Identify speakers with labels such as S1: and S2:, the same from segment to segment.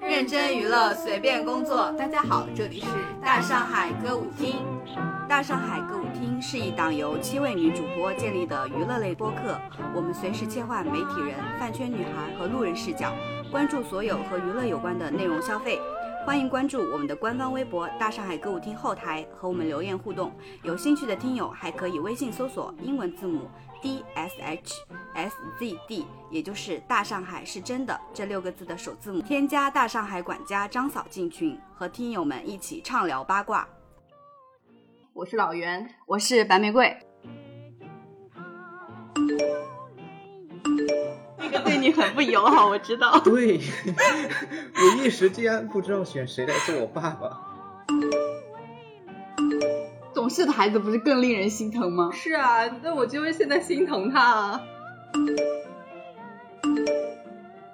S1: 认真娱乐，随便工作。大家好，这里是大上海歌舞厅。
S2: 大上海歌舞厅是一档由七位女主播建立的娱乐类播客，我们随时切换媒体人、饭圈女孩和路人视角，关注所有和娱乐有关的内容消费。欢迎关注我们的官方微博“大上海歌舞厅”后台和我们留言互动。有兴趣的听友还可以微信搜索英文字母 D S H S Z D，也就是“大上海是真的”这六个字的首字母，添加大上海管家张嫂进群，和听友们一起畅聊八卦。
S1: 我是老袁，
S2: 我是白玫瑰。这个对你很不友 好，我知道。
S3: 对，我一时竟然不知道选谁来做我爸爸。
S2: 懂事的孩子不是更令人心疼吗？
S1: 是啊，那我就是现在心疼他啊。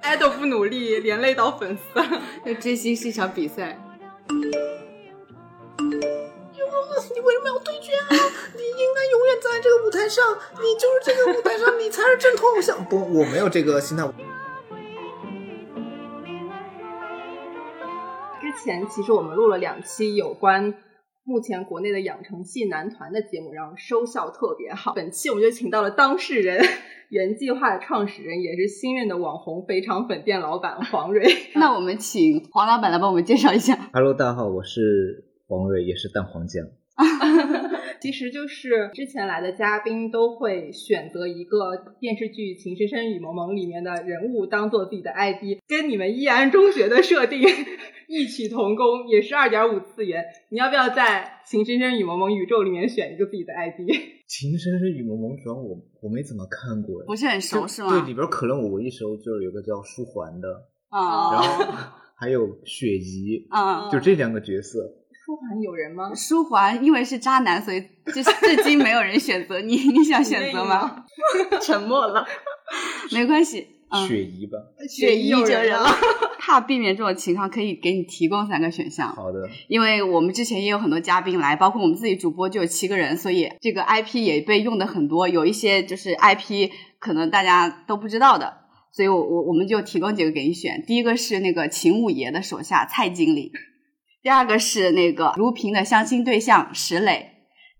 S1: 大家都不努力，连累到粉丝。哎
S2: 那追星是一场比赛，
S4: 你为什么要对决啊？你应该永远站在这个舞台上，你就是这个舞台上，你才是正统偶像。
S3: 不，我没有这个心态。
S1: 之前其实我们录了两期有关目前国内的养成系男团的节目，然后收效特别好。本期我们就请到了当事人 原计划的创始人，也是新任的网红肥肠粉店老板黄蕊。
S2: 那我们请黄老板来帮我们介绍一下。
S3: Hello，大家好，我是黄蕊，也是蛋黄酱。
S1: 其实就是之前来的嘉宾都会选择一个电视剧《情深深雨蒙蒙》里面的人物当做自己的 ID，跟你们依然中学的设定 异曲同工，也是二点五次元。你要不要在《情深深雨蒙蒙》宇宙里面选一个自己的 ID？
S3: 情深深雨蒙蒙，主要我我没怎么看过，
S2: 不是很熟
S3: 就是
S2: 吗？
S3: 对，里边可能我唯一熟就是有个叫舒桓的，然
S2: 啊
S3: 后还有雪姨，
S2: 啊！
S3: 就这两个角色。
S1: 舒涵有人吗？
S2: 舒桓因为是渣男，所以至至今没有人选择你，你想选择吗？沉默了， 没关系。嗯，
S3: 雪姨吧，
S1: 雪姨
S2: 有
S1: 有人
S2: 人
S1: 了。
S2: 怕避免这种情况，可以给你提供三个选项。
S3: 好的，
S2: 因为我们之前也有很多嘉宾来，包括我们自己主播就有七个人，所以这个 IP 也被用的很多，有一些就是 IP 可能大家都不知道的，所以我我我们就提供几个给你选。第一个是那个秦五爷的手下蔡经理，第二个是那个如萍的相亲对象石磊，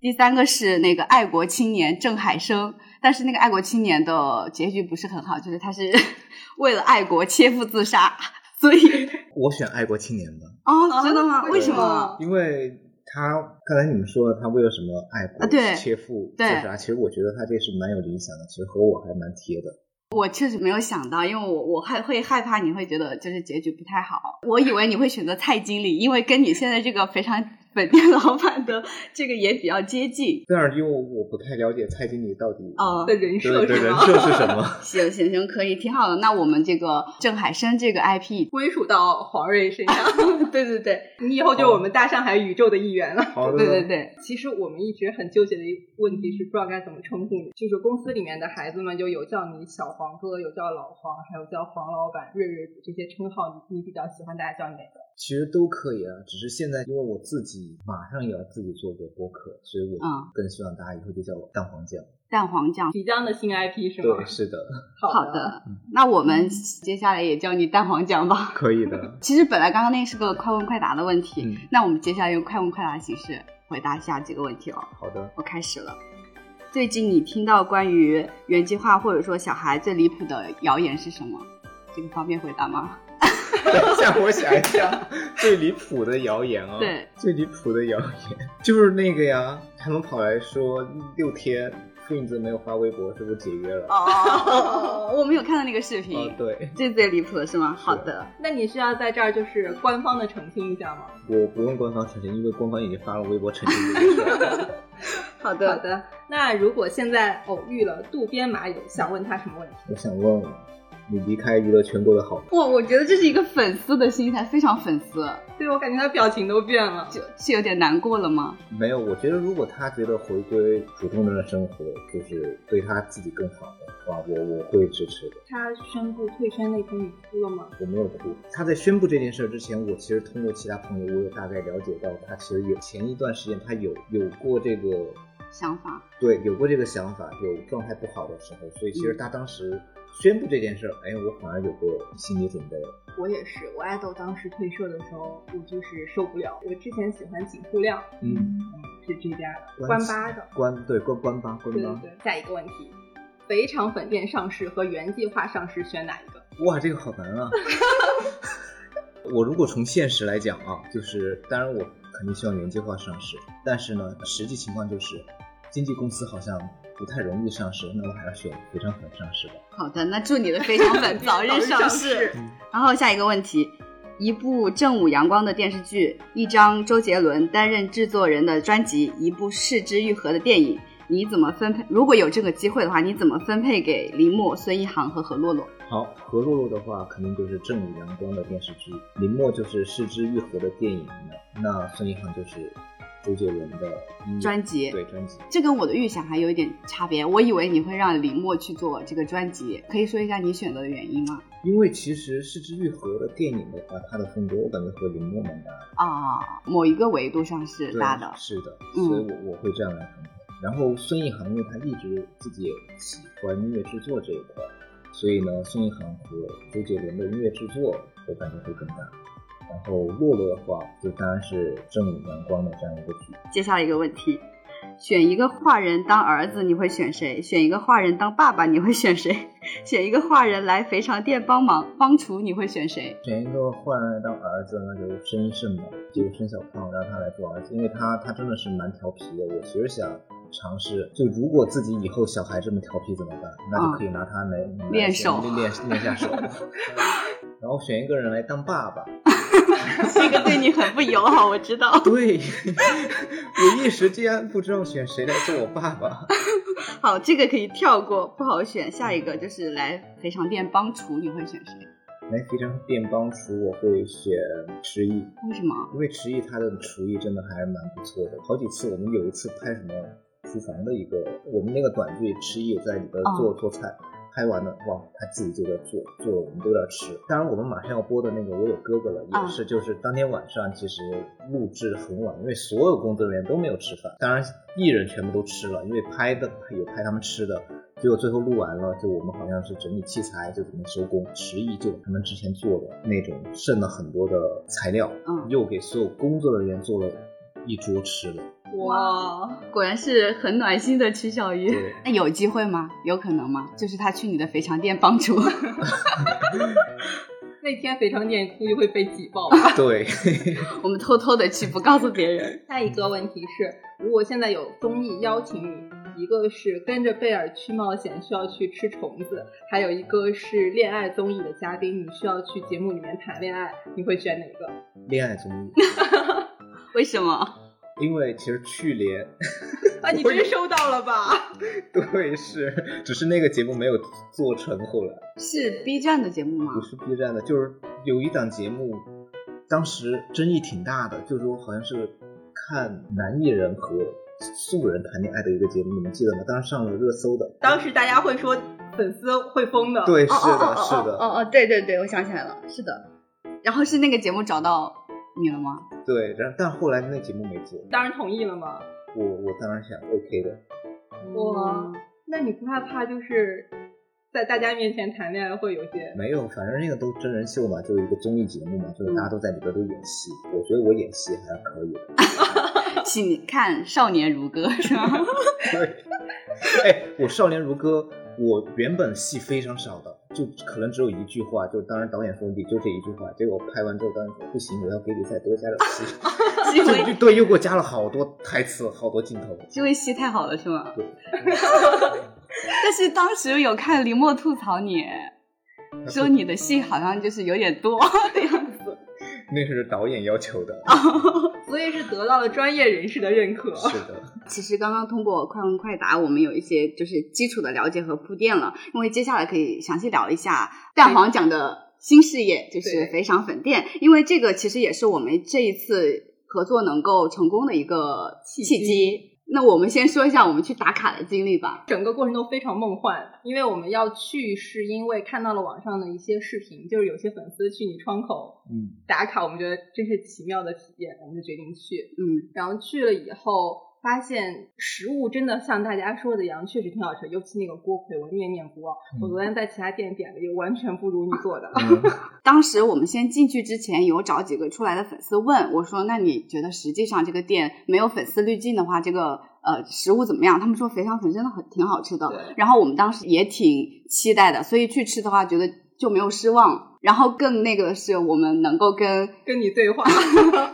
S2: 第三个是那个爱国青年郑海生，但是那个爱国青年的结局不是很好，就是他是 为了爱国切腹自杀，所以
S3: 我选爱国青年吧，
S2: 哦，真的吗？
S1: 啊
S2: 为什
S1: 为什
S2: 么
S1: 么？
S3: 因为他刚才你们说了他为了什么爱国、
S2: 啊对
S3: 切腹自
S2: 对
S3: 杀，其实我觉得他这是蛮有理想的，其实和我还蛮贴的。
S2: 我确实没有想到，因为我我害会害怕你会觉得就是结局不太好。我以为你会选择蔡经理，因为跟你现在这个肥肠 本店老板的这个也比较接近。
S3: 但是因为我不太了解蔡经理到底
S2: 哦，
S1: 的，人
S3: 对
S1: 设
S3: 对
S1: 是
S3: 人
S1: 吗？
S3: 设是什么
S2: 行行行，可以，挺好的。那我们这个郑海生这个 IP，
S1: 归属到黄瑞身上，
S2: 对对对，
S1: 你以后就是我们大上海宇宙的一员了。
S3: 好的，
S2: 对对对，
S1: 其实我们一直很纠结的一个问题是，不知道该怎么称呼你。就是公司里面的孩子们，就有叫你小黄哥，有叫老黄，还有叫黄老板、瑞瑞这些称号，你你比较喜欢大家叫你哪个？
S3: 其实都可以啊，只是现在因为我自己马上也要自己做个播客，所以我
S2: 嗯
S3: 更希望大家以后就叫我蛋黄酱。
S2: 蛋黄酱。
S1: 即将的新 IP 是吗
S3: 对，？是的，
S1: 好
S2: 好
S1: 的。
S2: 的，那我们接下来也叫你蛋黄酱吧。。
S3: 可以的
S2: 其实本来刚刚那是个快问快答的问题，
S3: 嗯
S2: 那我们接下来用快问快答的形式回答一下几个问题哦。
S3: 好的，
S2: 我开始了。最近你听到关于原计划或者说小孩最离谱的谣言是什么？这个方便回答吗？
S3: 等一下我想一下，最离谱的谣言啊，
S2: 对，
S3: 最离谱的谣言就是那个呀，他们跑来说六天俊子没有发微博，是不是解约了？
S2: 哦， 我没有看到那个视频。
S3: 哦，对，
S2: 这最离谱的是吗？好的，
S1: 那你是要在这儿就是官方的澄清一下吗？
S3: 我不用官方澄清，因为官方已经发了微博澄清这件事了。
S2: 好
S1: 好。的。那如果现在偶遇了渡边麻友，想问他什么问题？
S3: 我想问，你离开娱乐圈过得好吗？
S2: 哇，我觉得这是一个粉丝的心态，非常粉丝，
S1: 对我感觉他表情都变了。
S2: 就是有点难过了吗？
S3: 没有，我觉得如果他觉得回归普通人的生活就是对他自己更好的话，我我会支持的。
S1: 他宣布退圈那天，你哭了吗？
S3: 我没有哭。他在宣布这件事之前，我其实通过其他朋友，我有大概了解到，他其实有前一段时间他有有过这个
S5: 想法。
S3: 对，有过这个想法，有状态不好的时候，所以其实他当时宣布这件事儿，哎，我反而有过心理准备。
S1: 我也是，我爱豆当时退社的时候，我就是受不了。我之前喜欢井户亮，
S3: 嗯，
S1: 是这家的关
S3: 关
S1: 八的。
S3: 关对关关吧，关
S1: 对对
S3: 吧。
S1: 对。下一个问题，肥肠粉店上市和原计划上市选哪一个？
S3: 哇，这个好难 啊！我如果从现实来讲啊，就是当然我肯定希望原计划上市，但是呢，实际情况就是经纪公司好像不太容易上市，那我还是选肥肠粉上市吧。
S5: 好的，那祝你的非常粉 早日上市。嗯然后下一个问题，一部正午阳光的电视剧，一张周杰伦担任制作人的专辑，一部视之愈合的电影，你怎么分配？如果有这个机会的话，你怎么分配给林默、孙一航和何洛洛？
S3: 好，何露露的话肯定就是正午阳光的电视剧，林默就是视之愈合的电影，那孙一航就是周杰伦的音乐
S5: 专辑
S3: 对专辑。
S5: 这跟我的预想还有一点差别，我以为你会让林默去做这个专辑，可以说一下你选择的原因吗？
S3: 因为其实视之愈合的电影的话，它的风格我感觉和林默蛮搭的。
S5: 啊，某一个维度上是
S3: 对
S5: 搭的，
S3: 是的，
S5: 嗯
S3: 所以我我会这样来分配。然后孙一航，因为他一直自己也喜欢音乐制作这一块，所以呢，孙一航和周杰伦的音乐制作，我感觉会更大。然后洛洛的话，就当然是正午阳光的这样一个剧。
S5: 接下来一个问题，选一个画人当儿子，你会选谁？选一个画人当爸爸，你会选谁？选一个画人来肥肠店帮忙帮厨，你会选谁？
S3: 选一个坏人来当儿子，那就申胜吧，就是申小胖，让他来做儿子，因为他他真的是蛮调皮的。我其实想尝试，就如果自己以后小孩这么调皮怎么办？那就可以拿他来、来
S5: 练手
S3: 嗯练练练下手。然后选一个人来当爸爸，
S5: 这个对你很不友好，我知道。
S3: 对 我一时之间不知道选谁来做我爸爸。
S5: 好，这个可以跳过，不好选。下一个就是来肥肠店帮厨，你会选谁？
S3: 来肥肠店帮厨，我会选迟毅。
S5: 为什么？
S3: 因为池艺他的厨艺真的还是蛮不错的。好几次我们有一次拍什么厨房的一个，我们那个短剧，池艺也在里边做、做菜。拍完了，哇，他自己就在做做，我们都在吃。当然，我们马上要播的那个《我有哥哥了》
S5: 啊
S3: 也是，就是当天晚上其实录制很晚，因为所有工作人员都没有吃饭，当然艺人全部都吃了，因为拍的有拍他们吃的。结果最后录完了，就我们好像是整理器材就准备收工，迟疑就把他们之前做的那种剩了很多的材料，
S5: 嗯
S3: 又给所有工作人员做了一桌吃 的。
S5: 哇，果然是很暖心的曲小鱼。
S3: 对，
S5: 那有机会吗？有可能吗？就是他去你的肥肠店 帮厨。
S1: 那天肥肠店估计会被挤爆。
S3: 对，
S5: 我们偷偷的去，不告诉别人。
S1: 下一个问题是，如果现在有综艺邀请你，一个是跟着贝尔去冒险需要去吃虫子，还有一个是恋爱综艺的嘉宾，你需要去节目里面谈恋爱，你会选哪个？
S3: 恋爱综艺，
S5: 为什么？
S3: 因为其实去年
S1: 啊，你真收到了吧？
S3: 对是，只是那个节目没有做成，后来
S5: 是 B 站的节目吗
S3: 不？是 B 站的，就是有一档节目，当时争议挺大的，就是说好像是看男艺人和素人谈恋爱的一个节目，你们记得吗？当时上了热搜的。
S1: 当时大家会说粉丝会疯的，
S3: 对，是
S5: 哦哦哦
S3: 的，
S5: 哦
S3: 是
S5: 哦
S3: 的，
S5: 哦，对对对，我想起来了，是的。然后是那个节目找到你了吗？
S3: 对。然但后来那节目没做，
S1: 当然同意了吗？
S3: 我我当然想 OK 的，
S5: 嗯
S1: 哇那你不害怕就是在大家面前谈恋爱会有些？
S3: 没有，反正那个都真人秀嘛，就是一个综艺节目嘛，就是大家都在里边都演戏。我觉得我演戏还可以的。
S5: 请看《少年如歌》是吗？
S3: 对，哎，我少年如歌，我原本戏非常少的，就可能只有一句话，就当时导演说你就这一句话，结果拍完之后，导演说不行，我要给你再多加点戏，
S5: 这
S3: 就就
S5: 位
S3: 对，又给我加了好多台词，好多镜头。
S5: 这位戏太好了是吗？
S3: 对，
S5: 但是当时有看林默吐 槽你，说你的戏好像就是有点多 的样子。
S3: 那是导演要求的，
S1: 所以是得到了专业人士的认可。
S3: 是的，
S5: 其实刚刚通过快问快答，我们有一些就是基础的了解和铺垫了，因为接下来可以详细聊一下蛋黄讲的新事业，就是
S1: 对
S5: 肥肠粉店，因为这个其实也是我们这一次合作能够成功的一个契机。那我们先说一下我们去打卡的经历吧。
S1: 整个过程都非常梦幻，因为我们要去是因为看到了网上的一些视频，就是有些粉丝去你窗口
S3: 嗯，
S1: 打卡，我们觉得真是奇妙的体验，我们就决定去。
S5: 嗯，
S1: 然后去了以后，发现食物真的像大家说的一样，确实挺好吃，尤其那个锅盔，我念念不忘。我昨天在其他店点了一个，完全不如你做 的。
S3: 嗯
S5: 当时我们先进去之前，有找几个出来的粉丝问我说：“那你觉得实际上这个店没有粉丝滤镜的话，这个呃食物怎么样？”他们说肥肠粉真的很挺好吃的
S1: 对。
S5: 然后我们当时也挺期待的，所以去吃的话，觉得就没有失望。然后更那个是我们能够跟
S1: 跟你对话，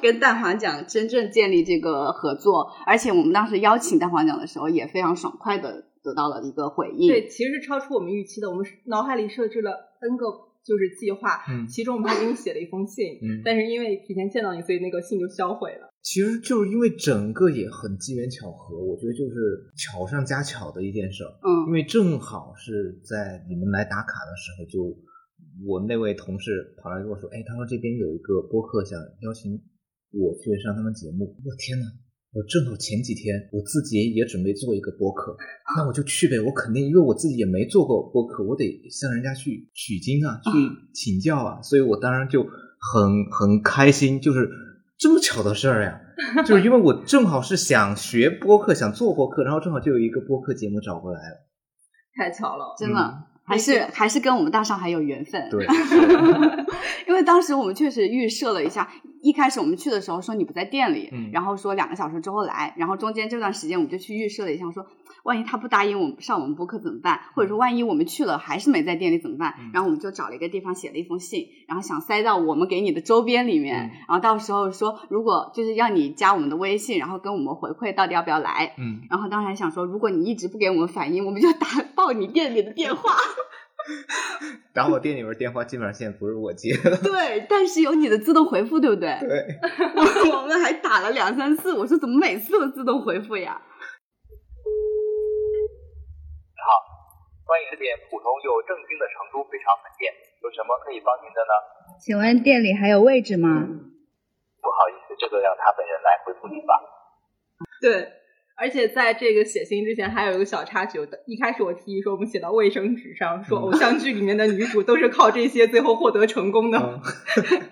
S5: 跟蛋黄酱真正建立这个合作，而且我们当时邀请蛋黄酱的时候也非常爽快的得到了一个回
S3: 嗯
S5: 应。
S1: 对，其实是超出我们预期的。我们脑海里设置了 N 个就是计划，
S3: 嗯
S1: 其中我们还给你写了一封信，
S3: 嗯
S1: 但是因为提前见到你，所以那个信就销毁了。
S3: 其实就是因为整个也很机缘巧合，我觉得就是巧上加巧的一件事儿。因
S5: 嗯，
S3: 为正好是在你们来打卡的时候就，我那位同事跑来跟我说，哎，他说这边有一个播客想邀请我去上他们节目，我天呐，我正好前几天我自己也准备做一个播客，那我就去呗，我肯定因为我自己也没做过播客，我得向人家去取经啊，去请教啊，所以我当然就很很开心，就是这么巧的事儿、呀。就是因为我正好是想学播客，想做播客，然后正好就有一个播客节目找过来了。
S1: 太巧了，
S5: 真的。
S3: 嗯
S5: 还是还是跟我们大上海有缘分，
S3: 对，
S5: 因为当时我们确实预设了一下，一开始我们去的时候说你不在店里，
S3: 嗯
S5: 然后说两个小时之后来，然后中间这段时间我们就去预设了一下，说万一他不答应我们上我们播客怎么办，或者说万一我们去了还是没在店里怎么办
S3: 嗯？
S5: 然后我们就找了一个地方写了一封信，然后想塞到我们给你的周边里面，
S3: 嗯
S5: 然后到时候说如果就是要你加我们的微信，然后跟我们回馈到底要不要来。
S3: 嗯，
S5: 然后当时还想说，如果你一直不给我们反应，我们就打爆你店里的电话。
S3: 打我店里边电话基本上现在不是我接的。
S5: 对，但是有你的自动回复，对不对？
S3: 对，
S5: 我我们还打了两三次，我说怎么每次都自动回复呀？
S6: 欢迎点普通又正经的成都肥肠粉店，有什么可以帮您的呢？
S7: 请问店里还有位置吗？
S6: 不好意思，这个让他本人来回复您吧。
S1: 对。而且在这个写信之前，还有一个小插曲。我一开始我提议说，我们写到卫生纸上，说
S3: 嗯
S1: 偶像剧里面的女主都是靠这些最后获得成功的。
S3: 嗯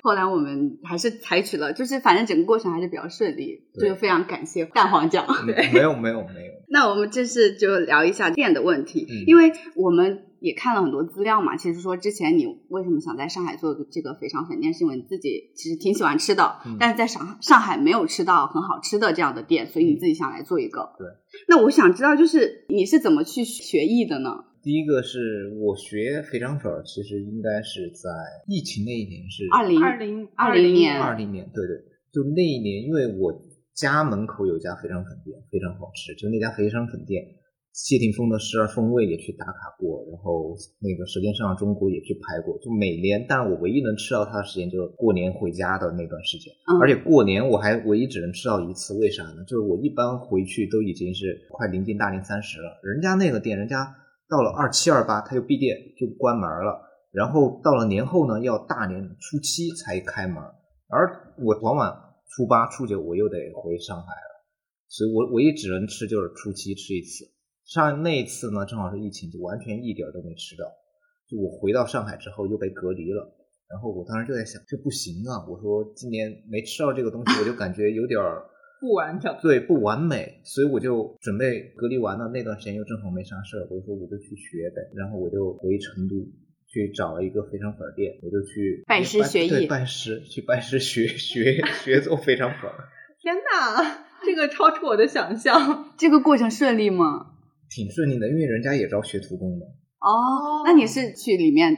S5: 后来我们还是采取了，就是反正整个过程还是比较顺利，
S3: 对
S5: 就是非常感谢蛋黄酱。
S3: 没有没有没有，
S5: 那我们这次就聊一下店的问题，
S3: 嗯
S5: 因为我们也看了很多资料嘛。其实说之前你为什么想在上海做这个肥肠粉店，是因为你自己其实挺喜欢吃的，
S3: 嗯
S5: 但是在上上海没有吃到很好吃的这样的店，所以你自己想来做一个。
S3: 对。
S5: 那我想知道，就是你是怎么去学艺的呢？
S3: 第一个是我学肥肠粉儿，其实应该是在疫情那一年是
S5: 二零
S1: 二嗯零
S5: 20年
S3: 二零年，对对，就那一年，因为我家门口有一家肥肠粉店，非常好吃，就那家肥肠粉店，谢霆锋的《十二风味》也去打卡过，然后那个《舌尖上的中国》也去拍过，就每年，但我唯一能吃到它的时间就是过年回家的那段时间，
S5: 嗯
S3: 而且过年我还唯一只能吃到一次，为啥呢？就是我一般回去都已经是快临近大年三十了，人家那个店，人家到了二七二八，它就闭店就关门了。然后到了年后呢，要大年初七才开门，而我往往初八、初九我又得回上海了，所以我我也只能吃就是初七吃一次。上那一次呢，正好是疫情，就完全一点儿都没吃到。就我回到上海之后又被隔离了，然后我当时就在想，这不行啊！我说今年没吃到这个东西，我就感觉有点儿
S1: 不完整。
S3: 对不完美，所以我就准备隔离完了那段时间又正好没啥事儿，我就说我就去学呗，然后我就回成都去找了一个肥肠粉儿店，我就去
S5: 拜师学艺
S3: 对拜师去拜师学 学学做肥肠粉儿，
S1: 天哪，这个超出我的想象。
S5: 这个过程顺利吗？
S3: 挺顺利的，因为人家也招学徒工的。
S5: 哦，那你是去里面，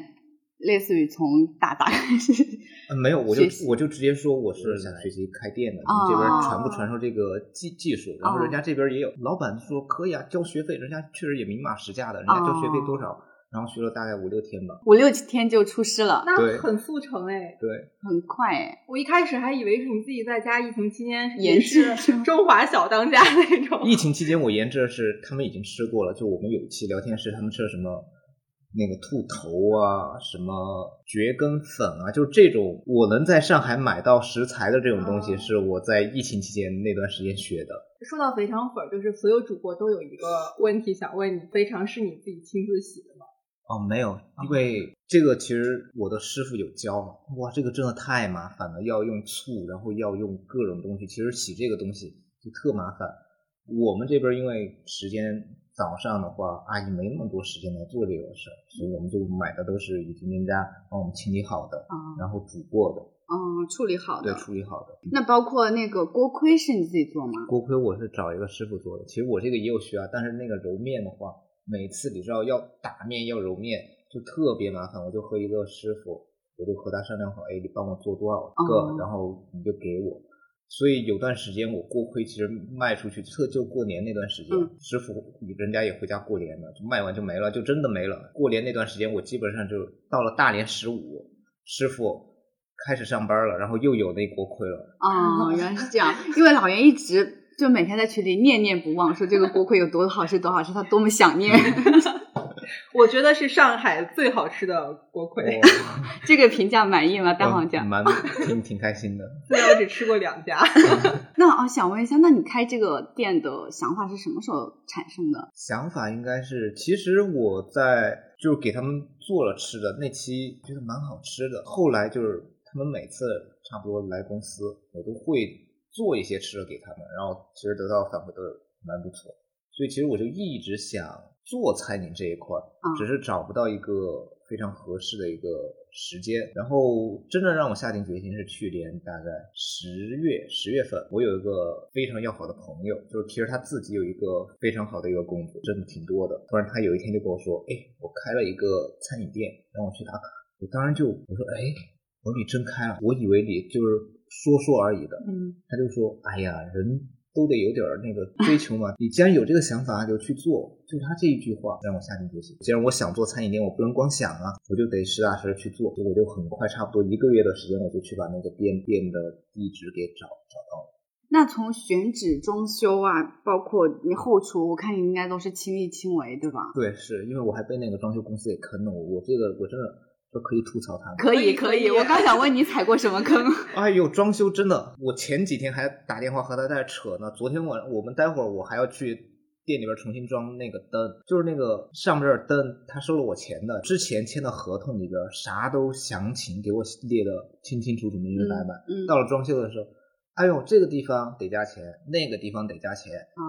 S5: 类似于从打杂开始？
S3: 嗯，没有，我就
S5: 学哦习
S3: 我就直接说我是想学习开店的，你们这边传不传授这个技技术？然后
S5: 哦
S3: 人家这边也有，老板说可以啊，交学费，人家确实也明码实价的，人家交学
S5: 哦
S3: 费多少，然后学了大概五六天吧。
S5: 五六天就出师了，
S1: 那
S3: 对
S1: 很速成哎！
S3: 对，
S5: 很快哎。
S1: 我一开始还以为是你自己在家疫情期间
S5: 研制
S1: 是
S5: 是吗
S1: 中华小当家那种。
S3: 疫情期间我研制的是他们已经吃过了，就我们有一期聊天是他们吃了什么。那个兔头啊，什么蕨根粉啊，就这种我能在上海买到食材的这种东西，
S1: 哦
S3: 是我在疫情期间那段时间学的。
S1: 说到肥肠粉儿，就是所有主播都有一个问题想问你：肥肠是你自己亲自洗的吗？
S3: 哦，没有，因为这个其实我的师傅有教嘛。哇，这个真的太麻烦了，要用醋，然后要用各种东西。其实洗这个东西就特麻烦。我们这边因为时间早上的话，阿姨没那么多时间来做这个事儿，所以我们就买的都是已经人家帮我们清理好的，
S5: 啊，
S3: 然后煮过的，
S5: 嗯，处理好
S3: 对，
S5: 的。
S3: 处理好的。
S5: 那包括那个锅盔是你自己做吗？
S3: 锅盔我是找一个师傅做的，其实我这个也有需要，但是那个揉面的话，每次你知道要打面要揉面就特别麻烦，我就和一个师傅，我就和他商量好，哎，你帮我做多少个，
S5: 哦
S3: 然后你就给我。所以有段时间我锅盔其实卖出去，特就过年那段时间，
S5: 嗯
S3: 师傅人家也回家过年了，就卖完就没了，就真的没了。过年那段时间我基本上就到了大年十五，师傅开始上班了，然后又有那锅盔 了。
S5: 哦，原来是这样，因为老袁一直就每天在群里念念不忘，说这个锅盔有多好吃，多好吃，他多么 想念
S1: 我觉得是上海最好吃的锅盔，
S5: 这个评价，满意吗？大行
S3: 嗯
S5: 家。
S3: 蛮挺挺开心的。
S1: 虽然我只吃过两家。
S5: 那啊、哦，想问一下，那你开这个店的想法是什么时候产生的？
S3: 想法应该是，其实我在就是给他们做了吃的那期，觉得蛮好吃的。后来就是他们每次差不多来公司，我都会做一些吃的给他们，然后其实得到反馈都蛮不错。所以其实我就一直想做餐饮这一块儿，
S5: 嗯
S3: 只是找不到一个非常合适的一个时间。然后真正让我下定决心是去年大概十月十月份，我有一个非常要好的朋友，就是其实他自己有一个非常好的一个工作，挣的挺多的。突然他有一天就跟我说：“哎，我开了一个餐饮店，让我去打卡。”我当然就我说：“哎，我说你真开了，啊我以为你就是说说而已的。”
S1: 嗯，
S3: 他就说：“哎呀，人都得有点儿那个追求嘛，你既然有这个想法，就去做。”就是他这一句话让我下定决心。既然我想做餐饮店，我不能光想啊，我就得实打实地去做。结果就很快，差不多一个月的时间，我就去把那个店店的地址给找找到了。
S5: 那从选址、装修啊，包括你后厨，我看你应该都是亲力亲为，对吧？
S3: 对，是因为我还被那个装修公司给坑了，我我这个我真的就可以吐槽他们。
S5: 可以，可
S1: 可以
S5: 以。
S1: 可以
S5: 我刚想问你踩过什么 坑？
S3: 哎
S5: 啊
S3: 呦，装修真的，我前几天还打电话和他在扯呢。昨天晚我们待会儿我还要去店里边重新装那个灯，就是那个上面的灯，他收了我钱的。之前签的合同里边啥都详情给我列的清清楚楚、明明白白。
S5: 嗯
S3: 到了装修的时候，哎呦，这个地方得加钱，那个地方得加钱，
S5: 啊，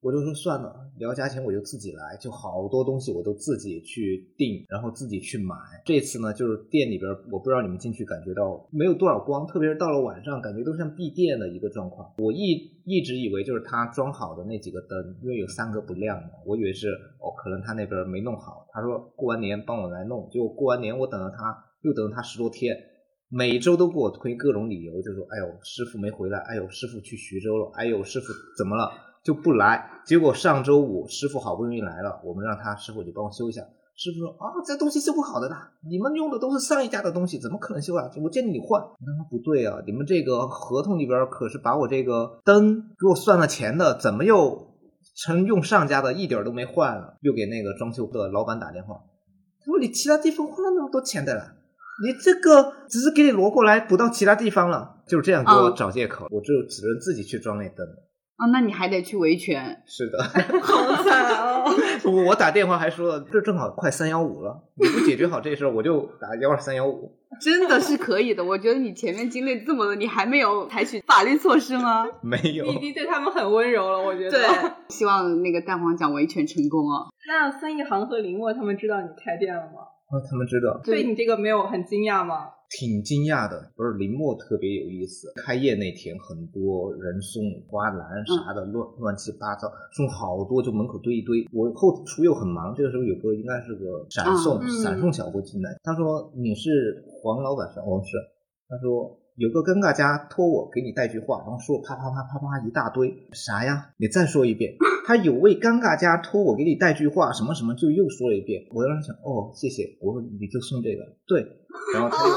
S3: 我就说算了，你要加钱我就自己来，就好多东西我都自己去订，然后自己去买。这次呢，就是店里边，我不知道你们进去感觉到没有多少光，特别是到了晚上，感觉都像闭店的一个状况。我一一直以为就是他装好的那几个灯，因为有三个不亮嘛，我以为是哦，可能他那边没弄好。他说过完年帮我来弄，结果过完年我等了他，又等了他十多天，每周都给我推各种理由，就说：“哎呦，师傅没回来，哎呦，师傅去徐州了，哎呦，师傅怎么了就不来。”结果上周五师傅好不容易来了，我们让他师傅你帮我修一下。师傅说：“啊，这东西修不好的啦，你们用的都是上一家的东西，怎么可能修啊？我建议你换。”我说：“不对啊，你们这个合同里边可是把我这个灯给我算了钱的，怎么又成用上家的，一点儿都没换了？”又给那个装修的老板打电话，他说：“你其他地方花了那么多钱的啦。”你这个只是给你挪过来，不到其他地方了，就是这样给我
S5: 嗯
S3: 找借口，我就只能自己去装那灯了。
S5: 啊，那你还得去维权。
S3: 是的，
S1: 好惨哦！
S3: 我我打电话还说，这正好快三幺五了，你不解决好这事儿，我就打幺二三幺五。
S5: 真的是可以的，我觉得你前面经历这么多，你还没有采取法律措施吗？
S3: 没有
S1: 你已经对他们很温柔了，我觉得。
S5: 对，希望那个蛋黄酱维权成功哦。
S1: 那孙一航和林墨他们知道你开店了吗？
S3: 啊，他们知道，
S1: 对你这个没有很惊讶吗？
S3: 挺惊讶的。不是林默特别有意思，开业那天很多人送花篮啥的，乱乱七八糟，送好多就门口堆一堆。我后厨又很忙，这个时候有个应该是个闪送、
S1: 嗯
S3: 闪送小哥进来，他说你是黄老板是吧？我说是。他说有个尴尬家托我给你带句话，然后说啪啪啪啪啪一大堆，啥呀？你再说一遍。他有位尴尬家托我给你带句话，什么什么就又说了一遍。我当时想，哦，谢谢。我说你就送这个，对。然后他就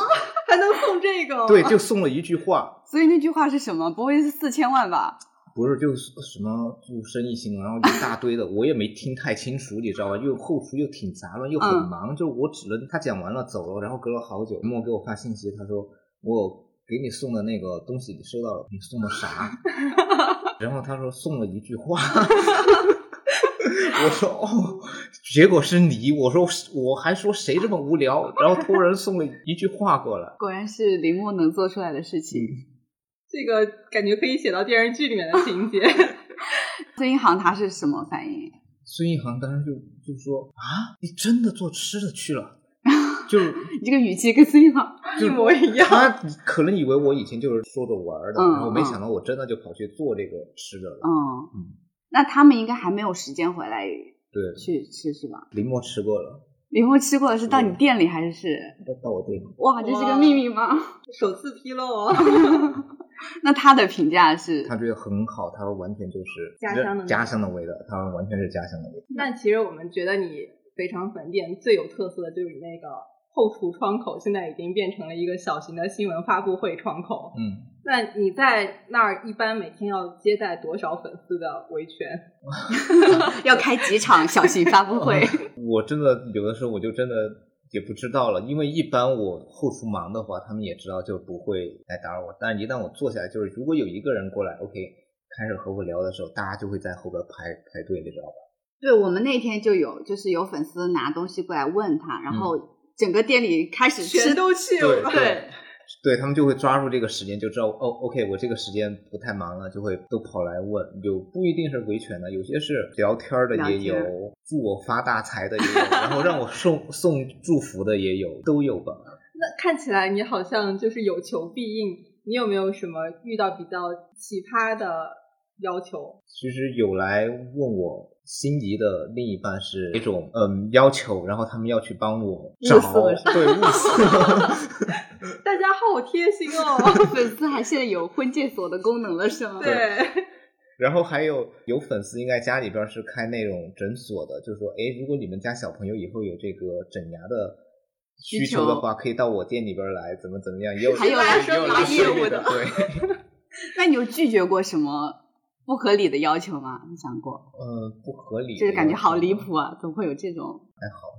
S1: 还能送这 个？哦
S3: 对，就送了一句话，
S5: 所以那句话是什么？不会是四千万吧？
S3: 不是就是什么祝生意兴隆，然后一大堆的，我也没听太清楚，你知道吧？又后厨又挺杂乱，又很
S5: 嗯
S3: 忙，就我只能他讲完了走了，然后隔了好久，默给我发信息，他说我给你送的那个东西你收到了，你送的啥？然后他说送了一句话。 我说哦，结果是你。我说我还说谁这么无聊，然后突然送了一句话过来，
S5: 果然是林默能做出来的事情。
S1: 这个感觉可以写到电视剧里面的情节。
S5: 孙一航他是什么反应？
S3: 孙一航当时就就说啊，你真的做吃的去 了？就
S5: 你这个语气跟孙一航，
S1: 一模一样。
S3: 他可能以为我以前就是说着玩儿的，
S5: 嗯
S3: 然后没想到我真的就跑去做这个吃的了。
S5: 嗯，
S3: 嗯
S5: 那他们应该还没有时间回来
S3: 对，
S5: 去吃是吧？
S3: 林默吃过了，
S5: 林峰吃过的是到你
S3: 对
S5: 店里还是是？
S3: 到到我店里，
S5: 哇，这是个秘密吗？
S1: 首次披露哦，
S5: 那他的评价是，
S3: 他觉得很好，他说完全就是
S1: 家乡的味道
S3: 家乡的味道，他说完全是家乡的味道。
S1: 那其实我们觉得你肥肠粉店最有特色的就是你那个后厨窗口，现在已经变成了一个小型的新闻发布会窗口。
S3: 嗯，
S1: 那你在那儿一般每天要接待多少粉丝的维权？
S5: 要开几场小型发布会？
S3: 我真的有的时候我就真的。也不知道了，因为一般我后厨忙的话，他们也知道就不会来打扰我。但一旦我坐下来，就是如果有一个人过来，OK，开始和我聊的时候，大家就会在后边排排队，你知道吧？
S5: 对，我们那天就有，就是有粉丝拿东西过来问他，然后整个店里开始吃
S1: 全都去了。
S3: 对对 对他们就会抓住这个时间，就知道哦，OK，我这个时间不太忙了，就会都跑来问。有不一定是维权的，有些是聊天儿的
S5: 聊
S3: 也
S5: 天
S3: 有
S5: 儿，
S3: 祝我发大财的也有，然后让我送 送祝福的也有，都有吧。
S1: 那看起来你好像就是有求必应。你有没有什么遇到比较奇葩的要求？
S3: 其实有来问我心仪的另一半是一种嗯要求，然后他们要去帮我找
S5: 物色是，
S3: 对物色。
S1: 大家好贴心哦。
S5: 粉丝还现在有婚介所的功能了是吗？
S1: 对，
S3: 然后还有有粉丝应该家里边儿是开那种诊所的，就说，哎，如果你们家小朋友以后有这个整牙的需求的话，可以到我店里边儿来，怎么怎么样，也有
S5: 还有拉
S3: 也有
S1: 伸
S3: 拉
S1: 拉业
S3: 伸
S1: 务的
S3: 对，
S5: 那你有拒绝过什么不合理的要求吗？你想过？
S3: 嗯，不合 理，
S5: 就是感觉好离。谱啊，怎么会有这种？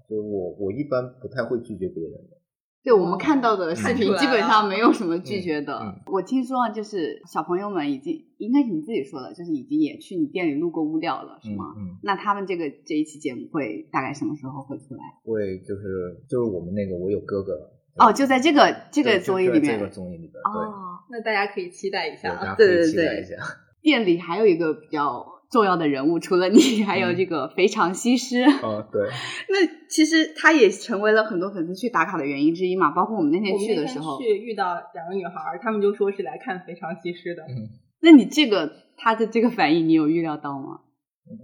S3: 就我我一般不太会拒绝别人的，
S5: 对我们看到的视
S1: 看出
S5: 频
S1: 来
S5: 基本上没有什么拒
S3: 了
S5: 绝的。
S3: 嗯嗯
S5: 我听说啊，就是小朋友们已经，应该是你自己说的，就是已经也去你店里录过物料了，是
S3: 嗯
S5: 吗？
S3: 嗯，
S5: 那他们这个这一期节目会大概什么时候会出来？
S3: 会就是就是我们那个我有哥哥
S5: 哦，就在这个这
S3: 这
S5: 个综艺里面
S3: 这个综艺里边，对，
S5: 哦，
S1: 那大家可以期待一下
S3: 对大家
S1: 啊。
S3: 可
S5: 对对
S3: 以期待
S5: 对
S3: 一下，
S5: 店里还有一个比较重要的人物，除了你，还
S3: 嗯
S5: 有这个肥肠西施。
S3: 哦，对，
S5: 那其实他也成为了很多粉丝去打卡的原因之一嘛。包括我们那天
S1: 我们
S5: 去
S1: 那
S5: 的
S1: 天
S5: 时候
S1: 去，遇到两个女孩儿，她们就说是来看《肥肠西施》的。
S5: 那你这个他的这个反应，你有预料到吗？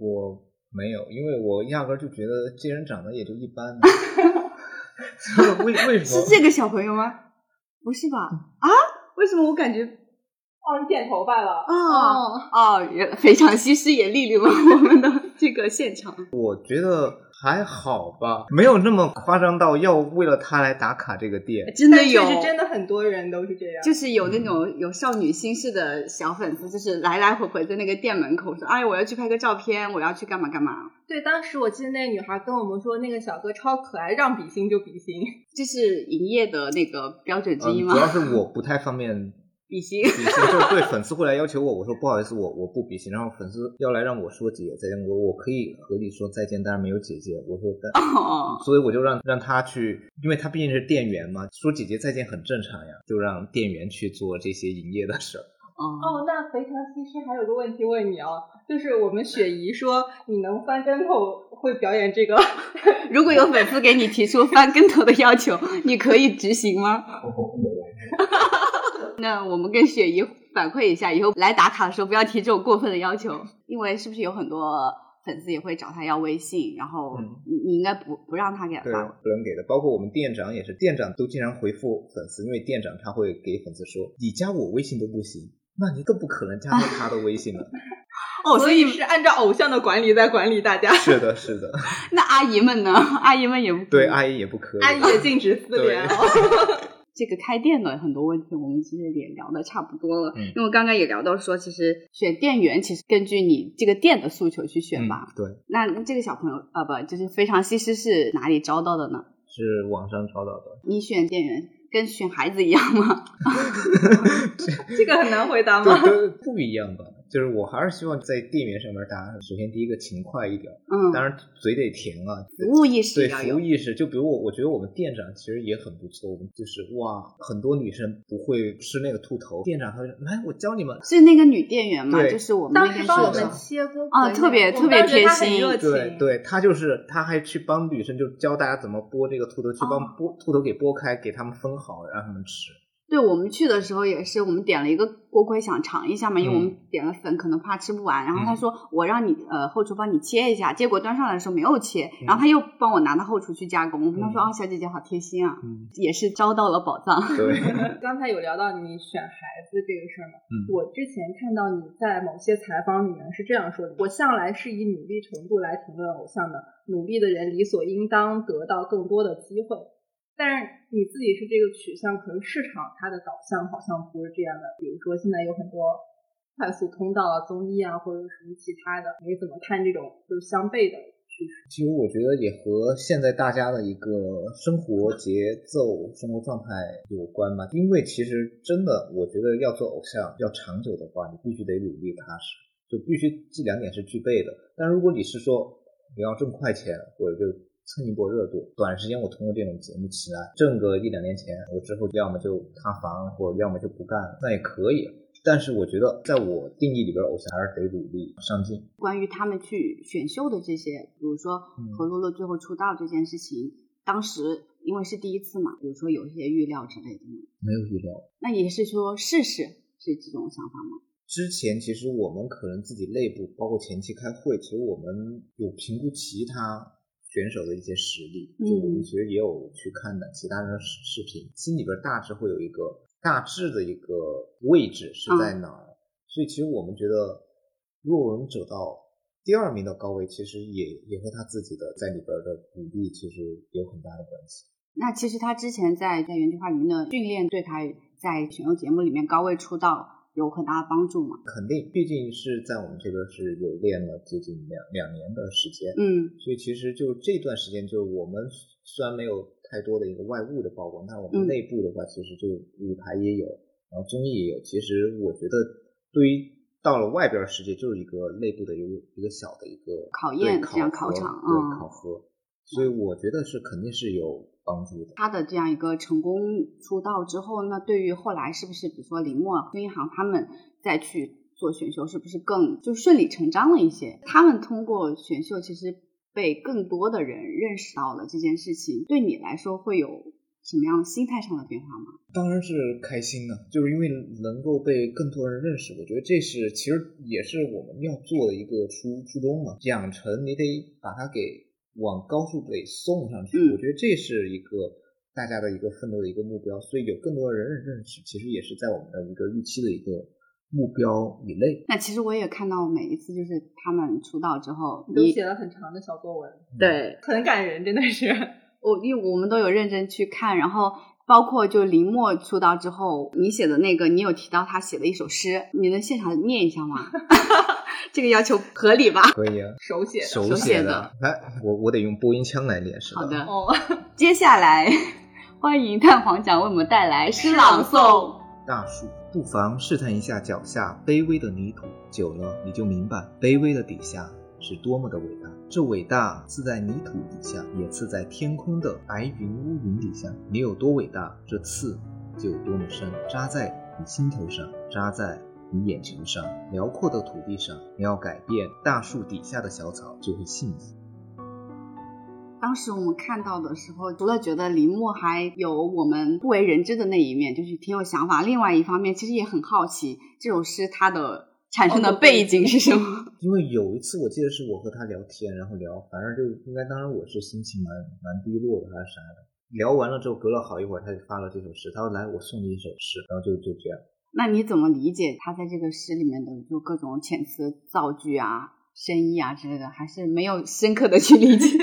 S3: 我没有，因为我压根儿就觉得这人长得也就一 般。 为为什
S5: 是
S3: 么？
S5: 这个小朋友吗？不是吧？啊？为什么我感觉
S1: 哦，你剪头发了？
S5: 哦，哦，原肥肠西施也莅临了我们的这个现场？
S3: 我觉得还好吧，没有那么夸张到要为了他来打卡这个店。
S5: 真的
S1: 但确
S5: 有，
S1: 实真的很多人都是这样。
S5: 就是有那种有少女心事的小粉丝，就是来来回回在那个店门口说：“哎，我要去拍个照片，我要去干嘛干嘛。
S1: 对，当时我记得那女孩跟我们说，那个小哥超可爱，让比心就比心。”
S5: 这是营业的那个标准之
S3: 嗯，
S5: 一
S3: 主
S5: 吗？
S3: 要是我不太方便
S5: 比心。
S3: 比心，就是对粉丝会来要求我，我说不好意思，我我不比心，然后粉丝要来让我说姐再见，我我可以合理说再见，但是没有姐姐，我说但。
S5: 哦，
S3: 所以我就让让他去，因为他毕竟是店员嘛，说姐姐再见很正常呀，就让店员去做这些营业的事儿。
S5: 哦，
S1: 哦，那肥肠西施还有个问题问你哦，就是我们雪姨说你能翻跟头会表演这个，
S5: 如果有粉丝给你提出翻跟头的要求， 你可以执行吗？那我们跟雪姨反馈一下，以后来打卡的时候不要提这种过分的要求，因为是不是有很多粉丝也会找他要微信，然后
S3: 嗯
S5: 你你应该不不让他给他
S3: 对，
S5: 发。
S3: 不能给的。包括我们店长也是，店长都经常回复粉丝，因为店长他会给粉丝说，你加我微信都不行，那你更不可能加到他的微信了。
S5: 哦，
S1: 所以是按照偶像的管理在管理大家。
S3: 是的，是的，
S5: 那阿姨们呢？ 阿姨们也不
S3: 对阿姨也不可以。
S1: 阿姨也禁止私联哦。
S5: 这个开店的很多问题，我们其实也聊的差不多了。
S3: 嗯
S5: 因为刚刚也聊到说，其实选店员其实根据你这个店的诉求去选
S3: 嗯
S5: 吧。，
S3: 对，
S5: 那这个小朋友啊，不就是非常西施是哪里招到的呢？
S3: 是网上找到的。
S5: 你选店员跟 选孩子一样吗？
S1: 这个很难回答吗？
S3: 对，对不一样吧？就是我还是希望在店员上面，大家首先第一个勤快一点，当
S5: 嗯，
S3: 然嘴得甜啊，
S5: 服务意识
S3: 对
S5: 要
S3: 服
S5: 有
S3: 务，意识，就比如我，我觉得我们店长其实也很不错，我们就是哇，很多女生不会吃那个兔头，店长他会说来我教你们，
S5: 是那个女店员嘛，
S3: 对
S5: 就是我们
S1: 当
S5: 那
S1: 时
S5: 天
S1: 帮我
S5: 说
S1: 们
S5: 的，
S1: 切锅
S5: 啊
S1: 盔
S5: 特别
S1: 那个我们
S5: 特别
S1: 当时他
S5: 贴心
S1: 很热情
S3: 对对，他就是他还去帮女生就教大家怎么剥这个兔头，去帮剥、兔头给剥开，给他们分好，让他们吃。
S5: 对我们去的时候也是，我们点了一个锅盔想尝一下
S3: 嗯
S5: 嘛，因为我们点了粉，可能怕吃不完。然后他说我让你呃后厨帮你切一下，结果端上来的时候没有切，
S3: 嗯
S5: 然后他又帮我拿到后厨去加工。他说啊，小姐姐好贴心啊，
S3: 嗯，
S5: 也是招到了宝藏。
S3: 对，
S1: 刚才有聊到你选孩子这个事儿嘛，
S3: 嗯
S1: 我之前看到你在某些采访里面是这样说的：我向来是以努力程度来评论偶像的，努力的人理所应当得到更多的机会。但是你自己是这个取向，可是市场它的导向好像不是这样的。比如说现在有很多快速通道啊、综艺啊，或者什么其他的，你怎么看这种就是相悖的趋势？
S3: 其实我觉得也和现在大家的一个生活节奏、生活状态有关吧。因为其实真的，我觉得要做偶像，要长久的话，你必须得努力踏实，就必须这两点是具备的。但如果你是说你要挣快钱，或者就蹭一波热度，短时间我通过这种节目起来，挣个一两年钱，我之后要么就塌房，或者要么就不干，那也可以。但是我觉得，在我定义里边，偶像还是得努力上进。
S5: 关于他们去选秀的这些，比如说
S3: 嗯
S5: 何洛洛最后出道这件事情，当时因为是第一次嘛，比如说有一些预料之类的嘛，
S3: 没有预料，
S5: 那也是说试试是这种想法吗？
S3: 之前其实我们可能自己内部，包括前期开会，其实我们有评估其他选手的一些实力，
S5: 嗯
S3: 就我们其实也有去看的其他人的视视频，心里边大致会有一个大致的一个位置是在哪儿。所以其实我们觉得，如果我们走到第二名的高位，其实也也和他自己的在里边的努力其实有很大的关系。
S5: 那其实他之前在在原计划里面的训练，对他在选秀节目里面高位出道有很大的帮助嘛？
S3: 肯定，毕竟是在我们这边是有练了接近两两年的时间，
S5: 嗯
S3: 所以其实就这段时间，就我们虽然没有太多的一个外部的曝光，但我
S5: 嗯
S3: 们内部的话，其实就舞台也有，然后综艺也有。其实我觉得，对于到了外边儿世界，就是一个内部的一个一个小的一个
S5: 考
S3: 对
S5: 验
S3: 考
S5: 这样考
S3: 核
S5: 场嗯
S3: 对考核，所以我觉得是肯定是有帮助的。
S5: 他的这样一个成功出道之后，那对于后来是不是比如说林墨、孙一航他们再去做选秀，是不是更就顺理成章了一些？他们通过选秀其实被更多的人认识到了这件事情，对你来说会有什么样心态上的变化吗？
S3: 当然是开心啊，就是因为能够被更多人认识，我觉得这是其实也是我们要做的一个初初衷嘛。养成你得把它给往高处给送上去，
S5: 嗯
S3: 我觉得这是一个大家的一个奋斗的一个目标，所以有更多的人认识，其实也是在我们的一个预期的一个目标以内。
S5: 那其实我也看到每一次就是他们出道之后，
S1: 都
S5: 你
S1: 写了很长的小作文，
S5: 对
S1: 很感人，真的是。
S5: 我因为我们都有认真去看，然后包括就林默出道之后，你写的那个，你有提到他写的一首诗，你能现场念一下吗？ 这个要求合理吧？
S3: 可以啊，
S1: 手写的
S5: 手写
S3: 写
S5: 的，
S3: 来，哎我我得用播音腔来念，是吧？
S5: 好的，
S1: 哦，
S5: 接下来 欢迎蛋黄酱为我们带来诗朗诵。
S3: 大树，不妨试探一下脚下卑微的泥土，久了你就明白，卑微的底下是多么的伟大。这伟大刺在泥土底下，也刺在天空的白云乌云底下。你有多伟大，这刺就有多么深，扎在你心头上，扎在。你眼球上，辽阔的土地上，你要改变，大树底下的小草就会幸福。
S5: 当时我们看到的时候，除了觉得林默还有我们不为人知的那一面，就是挺有想法；另外一方面，其实也很好奇这首诗它的产生的背景是什么。
S3: 因为有一次我记得是我和他聊天，然后聊，反正就应该当时我是心情蛮蛮低落的还是啥的。聊完了之后，隔了好一会儿，他就发了这首诗，他说来我送你一首诗，然后就就这样。
S5: 那你怎么理解他在这个诗里面的就各种遣词造句啊、深意啊之类的，还是没有深刻的去理解？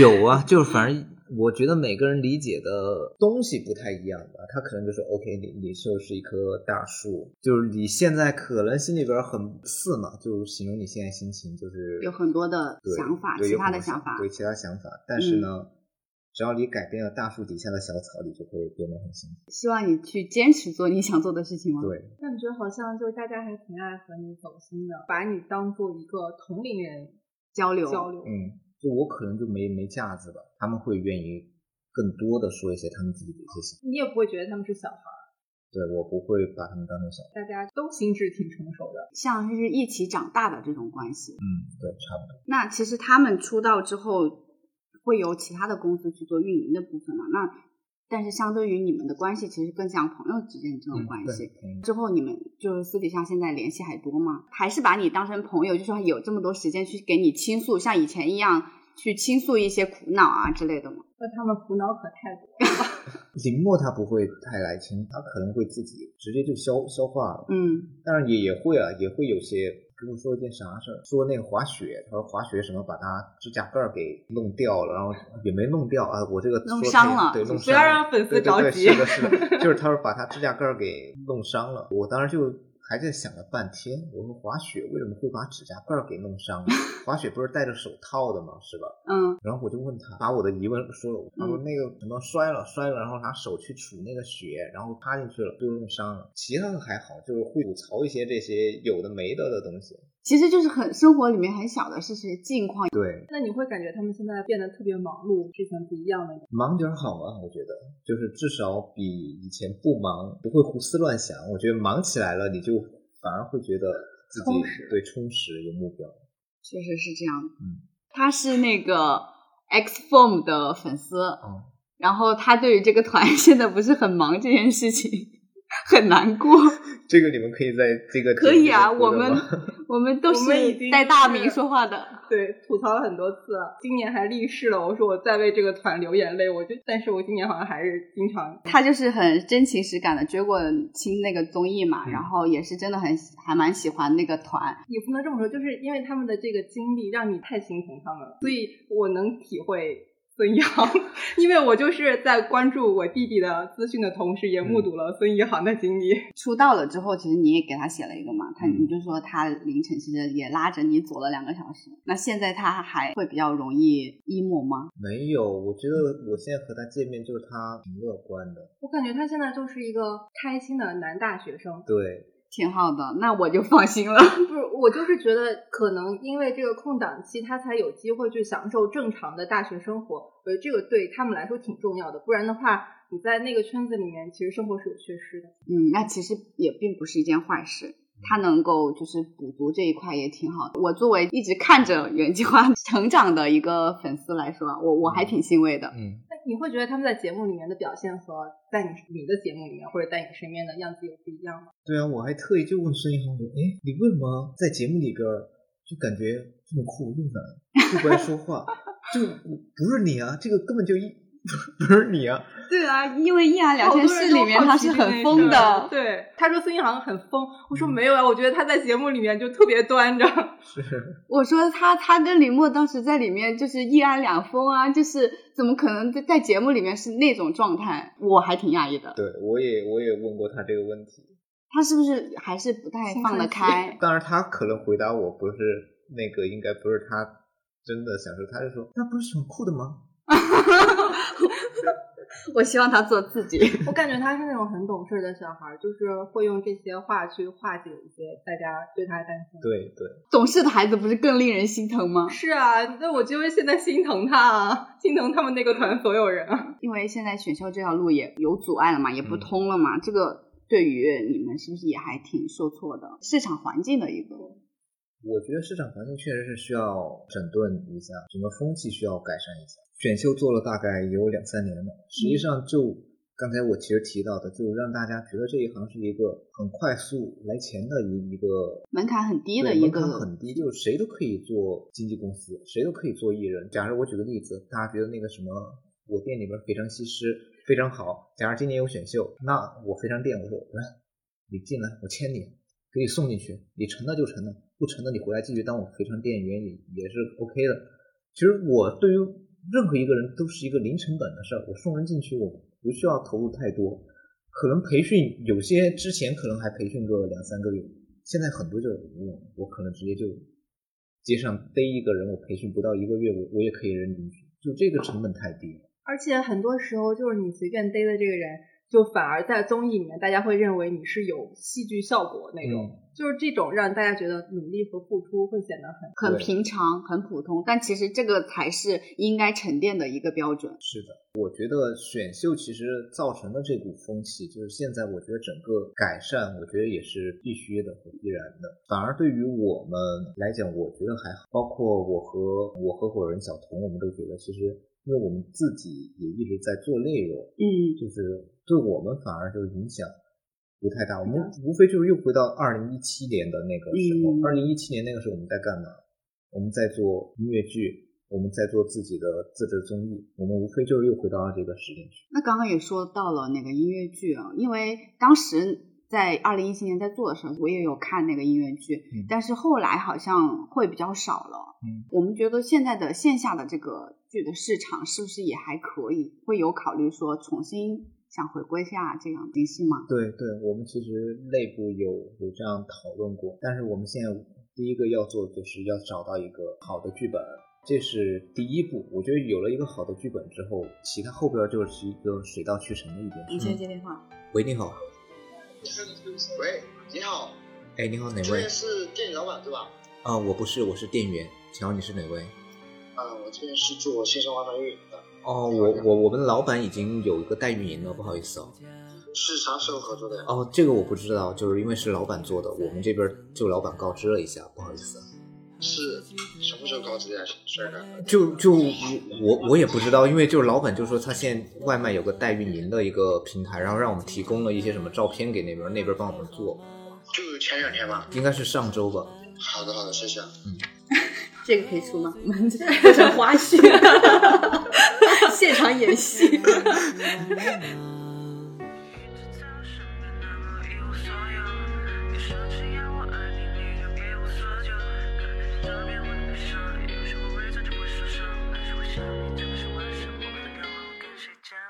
S3: 有啊，就是反正我觉得每个人理解的东西不太一样吧。他可能就说，OK，你你就是一棵大树，就是你现在可能心里边很刺嘛，就是形容你现在心情就是
S5: 有很多的
S3: 对
S5: 想法，
S3: 对
S5: 其
S3: 有
S5: 他
S3: 很
S5: 的
S3: 多
S5: 想法。嗯
S3: 对其他想法。但是呢，只要你改变了大树底下的小草，你就会变得很辛苦。
S5: 希望你去坚持做你想做的事情吗？
S3: 对，
S1: 感觉好像就大家还挺爱和你走心的，把你当做一个同龄人
S5: 交流，
S1: 交流。
S3: 嗯，就我可能就没没架子了，他们会愿意更多的说一些他们自己的一些想法。
S1: 你也不会觉得他们是小孩儿，
S3: 对我不会把他们当成小
S1: 大
S3: 孩，
S1: 家都心智挺成熟的。
S5: 像是一起长大的这种关系。
S3: 嗯，对，差不多。
S5: 那其实他们出道之后，会由其他的公司去做运营的部分嘛？那但是相对于你们的关系，其实更像朋友之间的这种
S3: 嗯
S5: 关系。
S3: 对嗯
S5: 之后你们就是私底下现在联系还多吗？还是把你当成朋友，就说有这么多时间去给你倾诉，像以前一样去倾诉一些苦恼啊之类的吗？
S1: 那他们苦恼可太多了，
S3: 林墨他不会太来亲，他可能会自己直接就消消化了。
S5: 嗯，
S3: 当然也也会啊，也会有些跟我说一件啥事儿，说那个滑雪，他说滑雪什么把他指甲盖儿给弄掉了，然后也没弄掉啊，我这个
S5: 弄
S3: 说
S5: 伤
S3: 太
S5: 了
S3: 对，弄
S1: 不要
S3: 伤了
S1: 让粉丝
S3: 对对
S1: 着
S3: 对
S1: 急。
S3: 是的，是的，就是他说把他指甲盖儿给弄伤了，我当时就。还在想了半天，我说滑雪为什么会把指甲盖儿给弄伤呢？ 滑雪不是戴着手套的吗？是吧？
S5: 嗯，
S3: 然后我就问他，把我的疑问说了。他说
S5: 嗯
S3: 那个什么摔了摔了，然后拿手去杵那个雪，然后趴进去了，就弄伤了。其他的还好，就是会吐槽一些这些有的没的的东西。
S5: 其实就是很生活里面很小的事情近况。
S3: 对，
S1: 那你会感觉他们现在变得特别忙碌，之前不一样 了。
S3: 忙点儿好啊，我觉得就是至少比以前不忙，不会胡思乱想。我觉得忙起来了，你就反而会觉得自己
S1: 充实
S3: 对充实有目标。
S5: 确实是这样的。
S3: 嗯，
S5: 他是那个 X Form 的粉丝，
S3: 嗯
S5: 然后他对于这个团 现在不是很忙这件事情很难过。
S3: 这个你们可以在这个
S5: 可以啊，
S3: 节目
S5: 我
S3: 里面
S5: 们
S3: 说的吗
S5: 我们都
S1: 我们已
S5: 是
S1: 经
S5: 带大名
S1: 是
S5: 说 话的。
S1: 对，吐槽了很多次了，今年还立誓了，我说我再为这个团流眼泪。我就，但是我今年好像还是经常
S5: 他就是很真情实感的追过青那个综艺嘛，
S3: 嗯
S5: 然后也是真的很还蛮喜欢那个团，
S1: 也不能这么说，就是因为他们的这个经历让你太心疼他们了，所以我能体会孙一航， 因为我就是在关注我弟弟的资讯的同时，也目睹了孙一航的经历。
S5: 出道了之后，其实你也给他写了一个嘛，他
S3: 嗯
S5: 你就说他凌晨其实也拉着你走了两个小时，那现在他还会比较容易 emo 吗？
S3: 没有，我觉得我现在和他见面就是他挺乐观的，
S1: 我感觉他现在就是一个开心的男大学生，
S3: 对。
S5: 挺好的，那我就放心了。
S1: 不是我就是觉得可能因为这个空档期，他才有机会去享受正常的大学生活，我觉得这个对他们来说挺重要的，不然的话。你在那个圈子里面，其实生活是有缺失的。
S5: 嗯，那其实也并不是一件坏事。
S3: 嗯
S5: 他能够就是补足这一块也挺好的。我作为一直看着袁计划 成长的一个粉丝来说，啊我我还挺欣慰的。
S3: 嗯，
S1: 那你会觉得他们在节目里面的表现和在你你的节目里面或者在你身边的样子有不一样吗？
S3: 对啊，我还特意就问孙一航，我说，哎，你为什么在节目里边儿就感觉这么酷又懒，又不爱说话？ 这个不不是你啊，这个根本就一 不是你啊。
S5: 对啊，因为易烊
S1: 好
S5: 聊
S1: 多
S5: 天
S1: 人
S5: 室
S1: 都
S5: 里面
S1: 好
S5: 他
S1: 奇
S5: 是
S1: 这
S5: 很
S1: 件
S5: 疯
S1: 事
S5: 的，
S1: 对，他说孙一航很疯，我说没有啊，我觉得他在节目里面就特别端着。
S3: 是，
S5: 我说他他跟李默当时在里面就是一安两疯啊，就是怎么可能在在节目里面是那种状态？我还挺讶异的。
S3: 对我也我也问过他这个问题，
S5: 他是不是还是不太
S1: 兴
S5: 放得
S1: 奋剂
S5: 开？
S3: 当然他可能回答我不是那个，应该不是他真的想说，他就说那不是挺酷的吗？
S5: 我希望他做自己。
S1: 我感觉他是那种很懂事的小孩儿，就是会用这些话去化解一些大家对他的担心。
S3: 对对，
S5: 懂事的孩子不是更令人心疼吗？
S1: 是啊，那我就是现在心疼他啊，心疼他们那个团所有人啊。
S5: 因为现在选秀这条路也有阻碍了嘛，也不通了
S3: 嗯
S5: 嘛，这个对于你们是不是也还挺受挫的？市场环境的一个，
S3: 我觉得市场环境确实是需要整顿一下，整个风气需要改善一下。选秀做了大概也有两三年了，实际上就、刚才我其实提到的，就让大家觉得这一行是一个很快速来钱的一一个
S5: 门槛很低的
S3: 对
S5: 一
S3: 门
S5: 个
S3: 槛很低，就是谁都可以做经纪公司，谁都可以做艺人。假如我举个例子，大家觉得那个什么，我店里边肥肠西施非常好，假如今年有选秀，那我肥肠店我说来，你进来，我签你，给你送进去，你成了就成了，不成了你回来继续当我肥肠店员也也是 OK 的。其实我对于任何一个人都是一个零成本的事儿，我送人进去，我不需要投入太多。可能培训有些之前可能还培训个两三个月，现在很多就无用，我可能直接就街上逮一个人，我培训不到一个月，我我也可以扔进去，就这个成本太低了。
S1: 而且很多时候就是你随便逮的这个人，就反而在综艺里面大家会认为你是有戏剧效果那种，
S3: 嗯，
S1: 就是这种让大家觉得努力和付出会显得很
S5: 很
S3: 对
S5: 平常、很普通，但其实这个才是应该沉淀的一个标准。
S3: 是的，我觉得选秀其实造成的这股风气，就是现在我觉得整个改善，我觉得也是必须的和必然的。反而对于我们来讲，我觉得还好。包括我和我合伙人小童，我们都觉得其实，因为我们自己也一直在做内容，
S5: 嗯，
S3: 就是对我们反而就是影响不太大。我们无非就是又回到二零一七年的那个时
S5: 嗯
S3: 候，二零一七年那个时候我们在干嘛？我们在做音乐剧，我们在做自己的自制综艺，我们无非就是又回到了这个时间去。
S5: 那刚刚也说到了那个音乐剧啊，因为当时在二零一七年在做的时候，我也有看那个音乐剧，
S3: 嗯
S5: 但是后来好像会比较少了。
S3: 嗯，
S5: 我们觉得现在的线下的这个剧的市场是不是也还可以？会有考虑说重新想回归下这样形式吗？
S3: 对对，我们其实内部有有这样讨论过，但是我们现在第一个要做的就是要找到一个好的剧本，这是第一步。我觉得有了一个好的剧本之后，其他后边就是一个水到渠成的一点。
S5: 你先 接电话。
S3: 嗯喂，你好，
S8: 喂，你好，
S3: 哎，你好，哪
S8: 这
S3: 位
S8: 位？是店老板对吧？
S3: 啊，我不是，我是店员。请问你是哪位？
S8: 嗯、我这边是做线上外卖运营的，
S3: 哦，我我我们老板已经有一个代运营了，不好意思哦。
S8: 是啥时候合作的呀？
S3: 哦，这个我不知道，就是因为是老板做的，我们这边就老板告知了一下，不好意思。
S8: 是什么时候告知的呀，帅哥？
S3: 就就我我我也不知道，因为就是老板就说他现在外卖有个代运营的一个平台，然后让我们提供了一些什么照片给那边，那边帮我们做，
S8: 就前两天吧。
S3: 应该是上周吧。
S8: 好的，好的，谢谢。啊
S5: 这个可以出吗？我们
S1: 这种花絮。
S5: 现场演戏。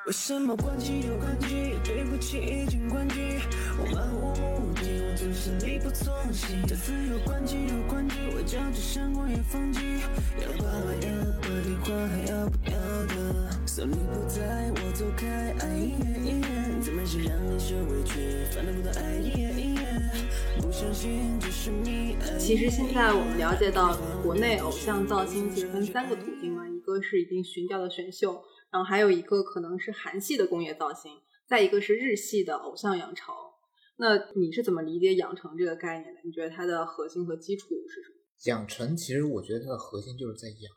S9: 为什么关机又关机？对不起，已经关机。我漫无目的，我只是力不从心。这次又关机又关机，我将这闪光也放弃。要把我要的电话还要不要的？算命不在，我走开。哎耶耶，怎么是让你受委屈？烦恼不到哎耶耶，不相信这是你。哎
S1: 其实现在我们了解到，国内偶像造星其实分三个途径嘛，一个是已经寻调的选秀，然后还有一个可能是韩系的工业造星，再一个是日系的偶像养成。那你是怎么理解“养成”这个概念的？你觉得它的核心和基础是什么？
S3: 养成其实我觉得它的核心就是在养，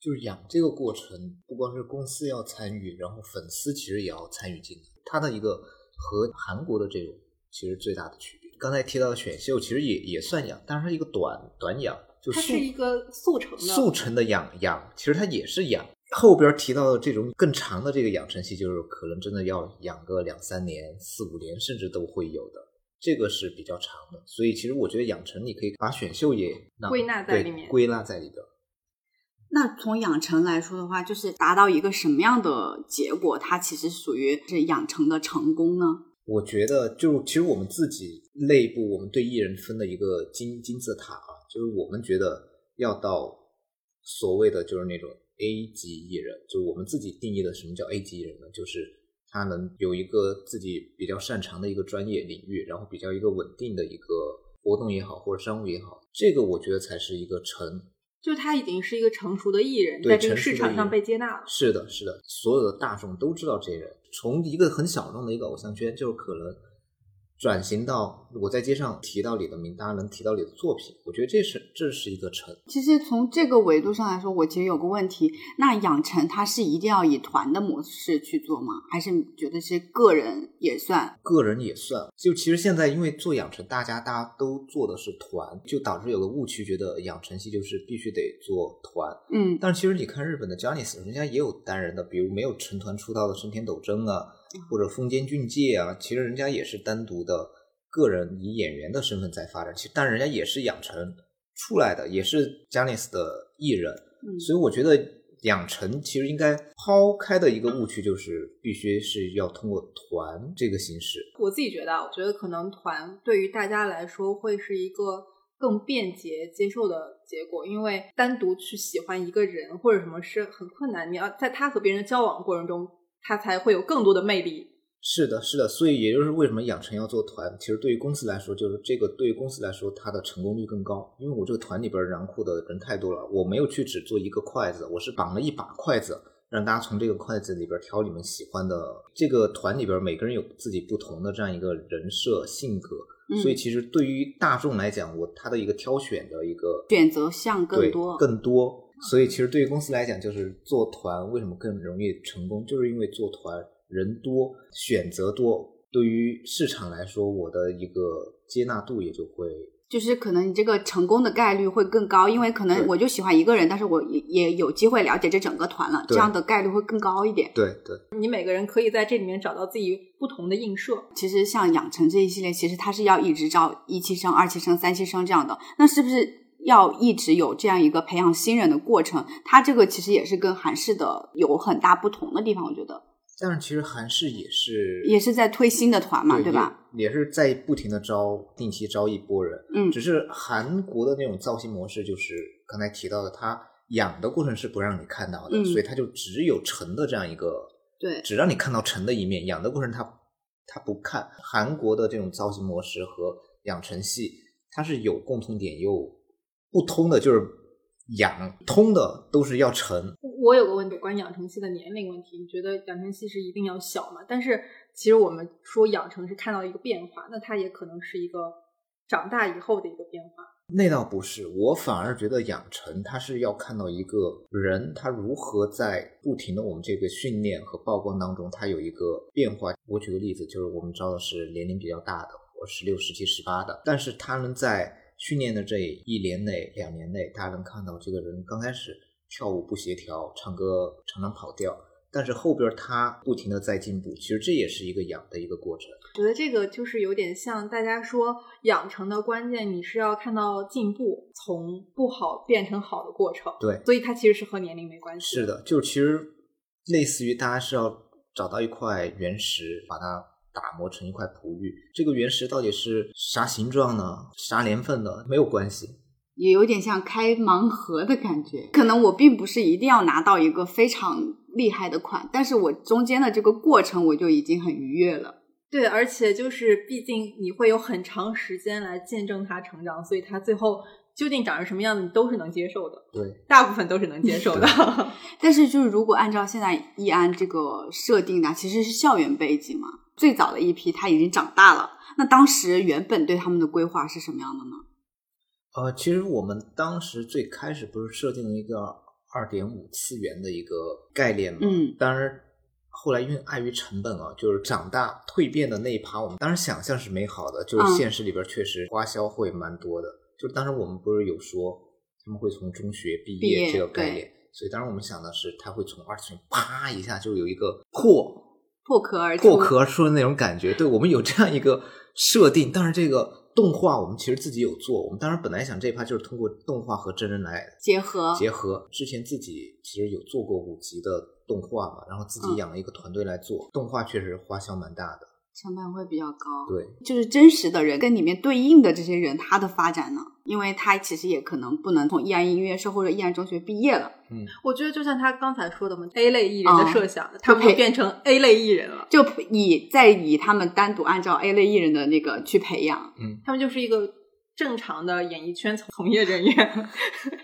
S3: 就是养这个过程，不光是公司要参与，然后粉丝其实也要参与进来。它的一个和韩国的这种其实最大的区别。刚才提到的选秀其实也也算养，但是它一个短短养，就
S1: 它
S3: 速
S1: 是一个速成的
S3: 速成的养养，其实它也是养。后边提到的这种更长的这个养成期，就是可能真的要养个两三年、四五年，甚至都会有的。这个是比较长的，所以其实我觉得养成你可以把选秀也纳
S1: 归纳在
S3: 对
S1: 里面
S3: 归纳在里边。
S5: 那从养成来说的话，就是达到一个什么样的结果，它其实属于是养成的成功呢？
S3: 我觉得就其实我们自己内部，我们对艺人分的一个金金字塔啊，就是我们觉得要到所谓的就是那种 A 级艺人，就是我们自己定义的什么叫 A 级艺人呢？就是他能有一个自己比较擅长的一个专业领域，然后比较一个稳定的一个活动也好，或者商务也好，这个我觉得才是一个成
S1: 就是他已经是一个成熟的艺人，
S3: 对
S1: 在这个
S3: 成熟
S1: 市
S3: 的
S1: 场
S3: 艺
S1: 上
S3: 人
S1: 被接纳了。
S3: 是的，是的，所有的大众都知道这人。从一个很小众的一个偶像圈，就可能转型到我在街上提到你的名，大家能提到你的作品，我觉得这是这是一个成。
S5: 其实从这个维度上来说，我其实有个问题：那养成它是一定要以团的模式去做吗？还是觉得是个人也算？
S3: 个人也算，就其实现在因为做养成，大家大家都做的是团，就导致有个误区，觉得养成系就是必须得做团。
S5: 嗯，
S3: 但其实你看日本的 j o n i c e 人家也有单人的，比如没有成团出道的生田斗真啊，或者丰间俊介啊，其实人家也是单独的个人以演员的身份在发展，其实但人家也是养成出来的，也是 j o n i c e 的艺人，
S5: 嗯
S3: 所以我觉得养成其实应该抛开的一个误区就是必须是要通过团这个形式，
S1: 我自己觉得啊，我觉得可能团对于大家来说会是一个更便捷接受的结果，因为单独去喜欢一个人或者什么是很困难，你要在他和别人的交往过程中，他才会有更多的魅力。
S3: 是的，是的，所以也就是为什么养成要做团，其实对于公司来说，就是这个对于公司来说，它的成功率更高，因为我这个团里边囊括的人太多了，我没有去只做一个筷子，我是绑了一把筷子，让大家从这个筷子里边挑你们喜欢的。这个团里边每个人有自己不同的这样一个人设性格，
S5: 嗯
S3: 所以其实对于大众来讲，我他的一个挑选的一个
S5: 选择项
S3: 对
S5: 更多，嗯
S3: 更多。所以其实对于公司来讲，就是做团为什么更容易成功，就是因为做团人多，选择多。对于市场来说，我的一个接纳度也就会
S5: 就是可能你这个成功的概率会更高，因为可能
S3: 对
S5: 我就喜欢一个人，但是我也也有机会了解这整个团了，这
S3: 对
S5: 样的概率会更高一点。
S3: 对对
S1: 你每个人可以在这里面找到自己不同的映射。
S5: 其实像养成这一系列，其实它是要一直招一期生、二期生、三期生这样的，那是不是？要一直有这样一个培养新人的过程，它这个其实也是跟韩式的有很大不同的地方，我觉得
S3: 但是其实韩式也是
S5: 也是在推新的团嘛，
S3: 对
S5: 对吧？？
S3: 也也是在不停的招，定期招一波人。
S5: 嗯
S3: 只是韩国的那种造型模式，就是刚才提到的，它养的过程是不让你看到的，
S5: 嗯
S3: 所以它就只有成的这样一个，
S5: 对
S3: 只让你看到成的一面，养的过程它它不看。韩国的这种造型模式和养成系，它是有共同点又不通的，就是养通的都是要成，
S1: 我有个问题，关于养成系的年龄问题，你觉得养成系是一定要小吗？但是其实我们说养成是看到一个变化，那它也可能是一个长大以后的一个变化。
S3: 那倒不是，我反而觉得养成它是要看到一个人他如何在不停的我们这个训练和曝光当中，他有一个变化。我举个例子，就是我们招的是年龄比较大的，我十六、十七、十八的，但是他能在训练的这一年内、两年内，大家能看到这个人刚开始跳舞不协调，唱歌常常跑调，但是后边他不停的在进步，其实这也是一个养的一个过程。
S1: 我觉得这个就是有点像大家说养成的关键，你是要看到进步，从不好变成好的过程。
S3: 对
S1: 所以它其实是和年龄没关系。
S3: 是，的，就其实类似于大家是要找到一块原石，把它打磨成一块璞玉。这个原石到底是啥形状呢？啥年份呢？没有关系。
S5: 也有点像开盲盒的感觉。可能我并不是一定要拿到一个非常厉害的款，但是我中间的这个过程我就已经很愉悦了。
S1: 对，而且就是毕竟你会有很长时间来见证它成长，所以它最后究竟长成什么样子，你都是能接受的，
S3: 对，
S1: 大部分都是能接受的。
S5: 但是就是如果按照现在易安这个设定呢，其实是校园背景嘛。最早的一批他已经长大了，那当时原本对他们的规划是什么样的呢？
S3: 呃，其实我们当时最开始不是设定了一个二点五次元的一个概念嘛？
S5: 嗯，
S3: 当然。后来因为碍于成本啊，就是长大蜕变的那一趴，我们当然想象是美好的，就
S5: 嗯
S3: 是现实里边确实花销会蛮多的。就当时我们不是有说他们会从中学毕
S5: 毕业
S3: 业这个概念，所以当时我们想的是他会从二次元啪一下就有一个破
S5: 破壳而出，
S3: 破壳而出的那种感觉。对我们有这样一个设定，但是这个动画我们其实自己有做，我们当时本来想这一趴就是通过动画和真人来
S5: 结合
S3: 结合。之前自己其实有做过五集的动画嘛，然后自己
S5: 嗯
S3: 养了一个团队来做，动画确实花销蛮大的。
S5: 成本会比较高。
S3: 对，
S5: 就是真实的人跟里面对应的这些人，他的发展呢？因为他其实也可能不能从易安音乐社或者易 E 安中学毕业了，
S1: 我觉得就像他刚才说的嘛，A 类艺人的
S5: 啊
S1: 设想，他
S5: 就
S1: 们
S5: 培
S1: 变成 A 类艺人了，
S5: 就以再以他们单独按照 A 类艺人的那个去培养，
S1: 他们就是一个正常的演艺圈从业人员。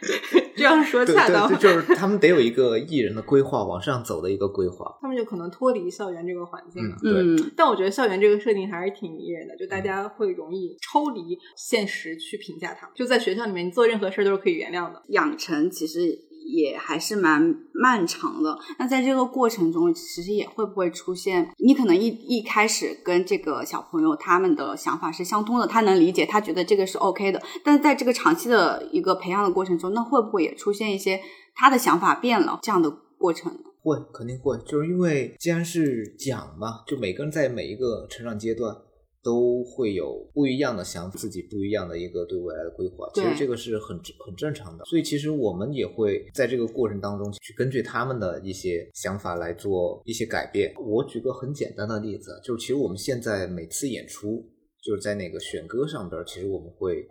S1: 这样说
S3: 对
S1: 恰当
S3: 对
S1: 吗
S3: 对，？就是他们得有一个艺人的规划，往上走的一个规划。
S1: 他们就可能脱离校园这个环境
S3: 嗯
S1: 了。，
S3: 对。
S5: 嗯，
S1: 但我觉得校园这个设定还是挺迷人的，就大家会容易抽离现实去评价他们。就在学校里面，你做任何事儿都是可以原谅的。
S5: 养成其实也还是蛮漫长的。那在这个过程中，其实也会不会出现，你可能一一开始跟这个小朋友他们的想法是相通的，他能理解，他觉得这个是 OK 的。但在这个长期的一个培养的过程中，那会不会也出现一些他的想法变了这样的过程？
S3: 会，肯定会，就是因为既然是讲嘛，就每个人在每一个成长阶段都会有不一样的想法，自己不一样的一个对未来的规划，其实
S5: 对
S3: 这个是很很正常的。所以其实我们也会在这个过程当中去根据他们的一些想法来做一些改变。我举个很简单的例子，就是其实我们现在每次演出，就是在那个选歌上边儿，其实我们会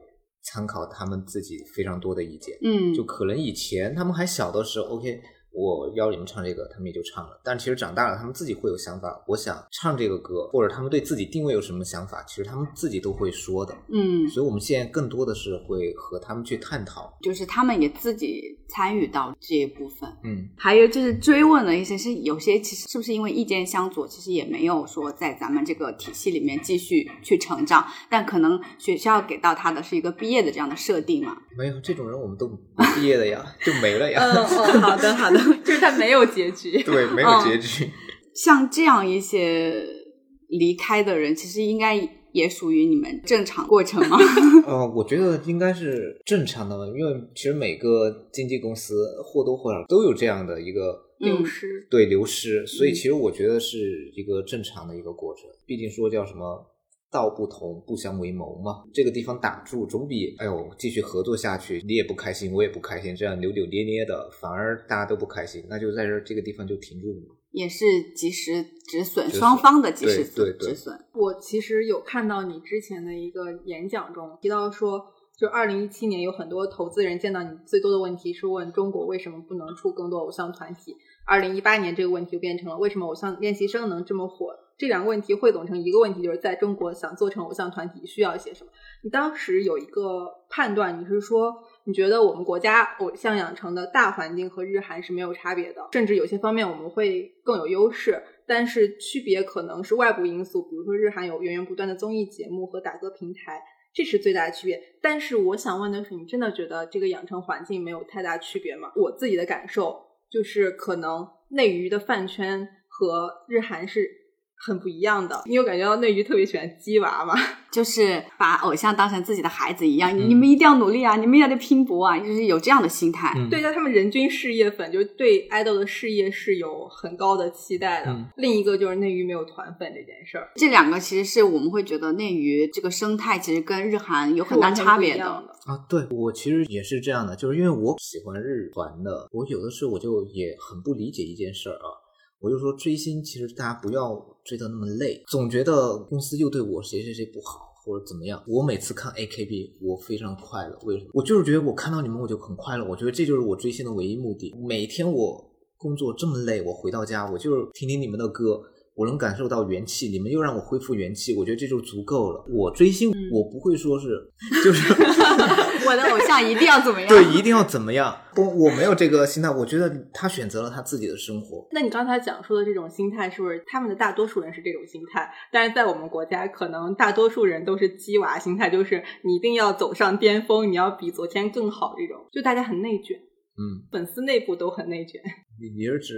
S3: 参考他们自己非常多的意见。
S1: 嗯，
S3: 就可能以前他们还小的时候，OK，我邀你们唱这个，他们也就唱了。但其实长大了，他们自己会有想法。我想唱这个歌，或者他们对自己定位有什么想法，其实他们自己都会说的。
S5: 嗯，
S3: 所以我们现在更多的是会和他们去探讨。
S5: 就是他们也自己参与到这一部分。
S3: 嗯，
S5: 还有就是追问了一些，是有些其实是不是因为意见相左，其实也没有说在咱们这个体系里面继续去成长，但可能学校给到他的是一个毕业的这样的设定嘛。
S3: 没有这种人，我 们都毕业的呀，就没了呀。
S1: 哦
S5: 嗯，好的好的。
S1: 就是他没有结局。
S3: 对，没有结局。
S5: 嗯像这样一些离开的人，其实应该也属于你们正常过程 吗？
S3: 呃，我觉得应该是正常的，因为其实每个经纪公司或多或少都有这样的一个
S5: 嗯
S1: 失，
S3: 对流失，所以其实我觉得是一个正常的一个过程。毕竟说叫什么“道不同，不相为谋”嘛，这个地方打住，总比哎呦继续合作下去，你也不开心，我也不开心，这样扭扭捏捏的，反而大家都不开心，那就在这儿这个地方就停住了嘛。
S5: 也是及时止损，
S3: 止损
S5: 双方的及时
S3: 对对对
S5: 止损。
S1: 我其实有看到你之前的一个演讲中提到说，就二零一七年有很多投资人见到你最多的问题是问中国为什么不能出更多偶像团体。二零一八年这个问题就变成了为什么偶像练习生能这么火？这两个问题汇总成一个问题，就是在中国想做成偶像团体需要一些什么？你当时有一个判断，你是说你觉得我们国家偶像养成的大环境和日韩是没有差别的，甚至有些方面我们会更有优势，但是区别可能是外部因素，比如说日韩有源源不断的综艺节目和打歌平台，这是最大的区别。但是我想问的是，你真的觉得这个养成环境没有太大区别吗？我自己的感受就是，可能内娱的饭圈和日韩是很不一样的。你有感觉到内娱特别喜欢鸡娃吗？
S5: 就是把偶像当成自己的孩子一样，
S3: 嗯
S5: 你们一定要努力啊，你们也得拼搏啊，就是有这样的心态。
S3: 嗯，
S1: 对，，但他们人均事业粉，就是对爱豆的事业是有很高的期待的。
S3: 嗯
S1: 另一个就是内娱没有团粉这件事儿，
S5: 这两个其实是我们会觉得内娱这个生态其实跟日韩有很
S1: 是
S5: 大
S1: 完全
S5: 差
S1: 不一
S5: 别
S1: 样
S5: 的。
S1: 的。
S3: 啊，对我其实也是这样的，就是因为我喜欢日团的，我有的时候我就也很不理解一件事儿啊，我就说追星其实大家不要追得那么累，总觉得公司又对我谁谁谁不好或者怎么样。我每次看 AKB 我非常快乐，为什么？我就是觉得我看到你们我就很快乐，我觉得这就是我追星的唯一目的。每天我工作这么累，我回到家我就是听听你们的歌。我能感受到元气，你们又让我恢复元气，我觉得这就足够了。我追星，我不会说是，就是
S5: 我的偶像一定要怎么样？
S3: 对，一定要怎么样？不，我没有这个心态。我觉得他选择了他自己的生活。
S1: 那你刚才讲述的这种心态，是不是他们的大多数人是这种心态？但是在我们国家，可能大多数人都是鸡娃心态，就是你一定要走上巅峰，你要比昨天更好，这种就大家很内卷，
S3: 嗯，
S1: 粉丝内部都很内卷。
S3: 你你是指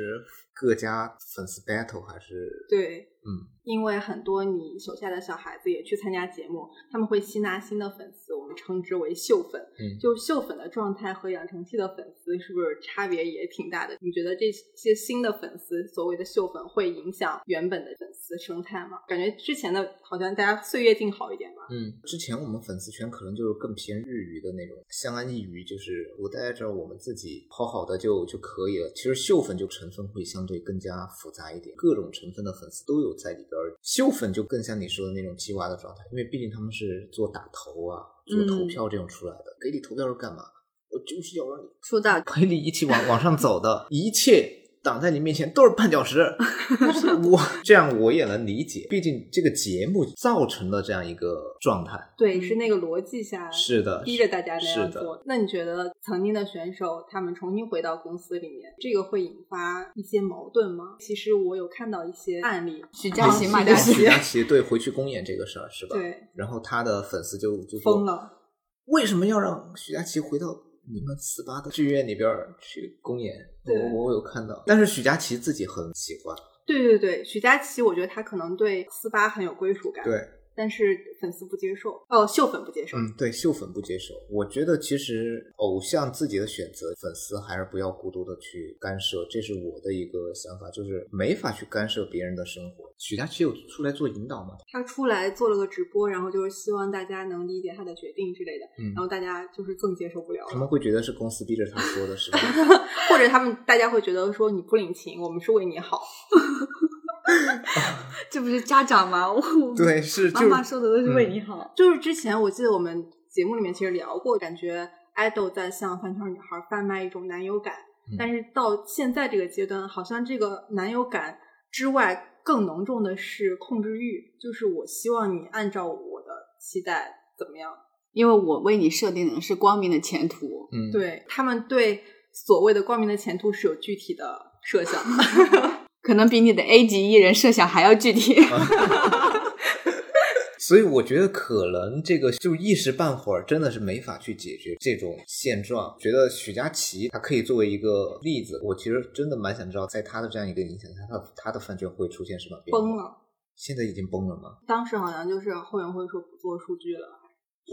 S3: 各家粉丝 battle 还是？
S1: 对，
S3: 嗯，
S1: 因为很多你手下的小孩子也去参加节目，他们会吸纳新的粉丝，我们称之为秀粉。
S3: 嗯
S1: 就秀粉的状态和养成系的粉丝是不是差别也挺大的？你觉得这些新的粉丝，所谓的秀粉，会影响原本的粉丝生态吗？感觉之前的好像大家岁月静好一点吧。
S3: 嗯，之前我们粉丝圈可能就是更偏日语的那种，相安一隅，就是我待在这儿，我们自己好好的就就可以了。其实秀粉就成分会相对更加复杂一点，各种成分的粉丝都有在里边儿。秀粉就更像你说的那种鸡娃的状态，因为毕竟他们是做打投啊、做投
S1: 嗯
S3: 票这种出来的，给你投票是干嘛？我就是要让你
S5: 出道
S3: 陪你一起往往上走的，一切挡在你面前都是 绊脚石。我这样我也能理解，毕竟这个节目造成了这样一个状态。
S5: 嗯
S1: 对，是那个逻辑下
S3: 是的，
S1: 逼着大家那样
S3: 是的
S1: 做。那你觉得曾经的选手他们重新回到公司里面，这个会引发一些矛盾吗？其实我有看到一些案例，
S5: 许
S1: 这样
S5: 佳
S1: 行
S5: 琪、
S1: 吗
S5: 马
S1: 这
S5: 嘉
S1: 样行
S5: 祺
S3: 许，佳琪对回去公演这个事儿是吧？。
S1: 对，
S3: 然后他的粉丝就就说
S1: 疯了。
S3: 为什么要让许佳琪回到你们四八的剧院里边儿去公演？
S1: 对
S3: 我我有看到，但是许佳琪自己很喜欢，
S1: 对对对，许佳琪，我觉得她可能对四八很有归属感，
S3: 对，
S1: 但是粉丝不接受，哦，秀粉不接受，
S3: 嗯，对，秀粉不接受。我觉得其实偶像自己的选择，粉丝还是不要过多的去干涉，这是我的一个想法，就是没法去干涉别人的生活。许佳琪有出来做引导吗？
S1: 她出来做了个直播，然后就是希望大家能理解她的决定之类的，
S3: 嗯
S1: 然后大家就是更接受不了
S3: 他们
S1: 了，
S3: 会觉得是公司逼着他说的，是 吧？
S1: 或者他们大家会觉得说你不领情，我们是为你好，
S5: 这不是家长吗？我
S3: 对，是
S5: 妈
S3: 就
S5: 妈说的都是为你好。
S1: 就是之前我记得我们节目里面其实聊过，感觉爱豆在向饭圈女孩贩卖一种男友感，
S3: 嗯
S1: 但是到现在这个阶段，好像这个男友感之外，更浓重的是控制欲，就是我希望你按照我的期待怎么样。
S5: 因为我为你设定的是光明的前途，
S3: 嗯，，
S1: 对他们对所谓的光明的前途是有具体的设想的。
S5: 可能比你的 A 级艺人设想还要具体。
S3: 啊 所以我觉得可能这个就一时半会儿真的是没法去解决这种现状。觉得许佳琪她可以作为一个例子，我其实真的蛮想知道，在她的这样一个影响下，她的她的饭圈会出现什么变化？
S1: 崩了，
S3: 现在已经崩了吗？
S1: 当时好像就是后援会说不做数据了，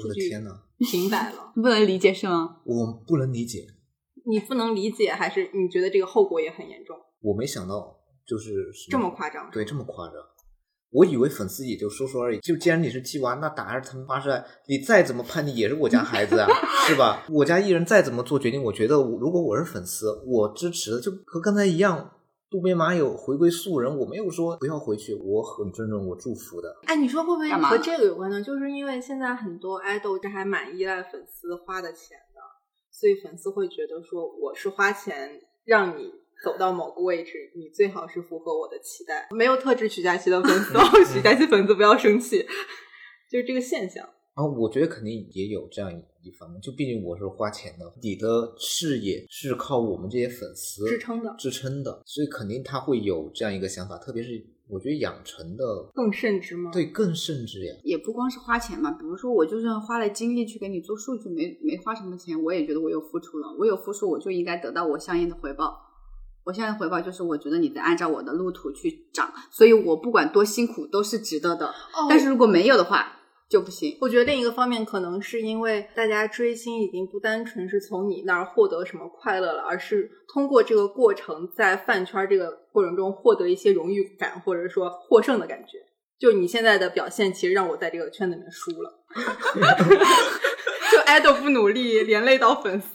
S3: 我的天呐，
S1: 停摆了。
S5: 你不能理解是吗？
S3: 我不能理解，
S1: 你不能理解，还是你觉得这个后果也很严重？
S3: 我没想到就是什
S1: 这么夸张？
S3: 对，这么夸张。我以为粉丝也就说说而已，就既然你是鸡娃，那打着他们妈是爱，啊你再怎么叛逆也是我家 孩子啊，是吧？我家艺人再怎么做决定，我觉得我如果我是粉丝，我支持的就和刚才一样。渡边麻友回归素人，我没有说不要回去，我很尊重，我祝福的。
S1: 哎，你说会不会
S5: 干嘛
S1: 和这个有关呢？就是因为现在很多爱豆这还蛮依赖粉丝花的钱的，所以粉丝会觉得说我是花钱让你走到某个位置，你最好是符合我的期待。没有特指许佳琪的粉丝，哦，许佳琪粉丝不要生气， 就是这个现象。
S3: 啊，我觉得肯定也有这样一方面，就毕竟我是花钱的，你的事业是靠我们这些粉丝
S1: 支撑的
S3: 支撑的，所以肯定他会有这样一个想法，特别是我觉得养成的
S1: 更甚之吗？
S3: 对，更甚至呀。
S5: 也不光是花钱嘛，比如说我就算花了精力去给你做数据，没没花什么钱，我也觉得我有付出了，我有付出我就应该得到我相应的回报。我相应的回报就是我觉得你在按照我的路途去长，所以我不管多辛苦都是值得的。
S1: 哦
S5: 但是如果没有的话就不 行。
S1: 我觉得另一个方面，可能是因为大家追星已经不单纯是从你那儿获得什么快乐了，而是通过这个过程，在饭圈这个过程中获得一些荣誉感，或者说获胜的感觉。就你现在的表现，其实让我在这个圈子里面输了。 就爱豆不努力，连累到粉丝。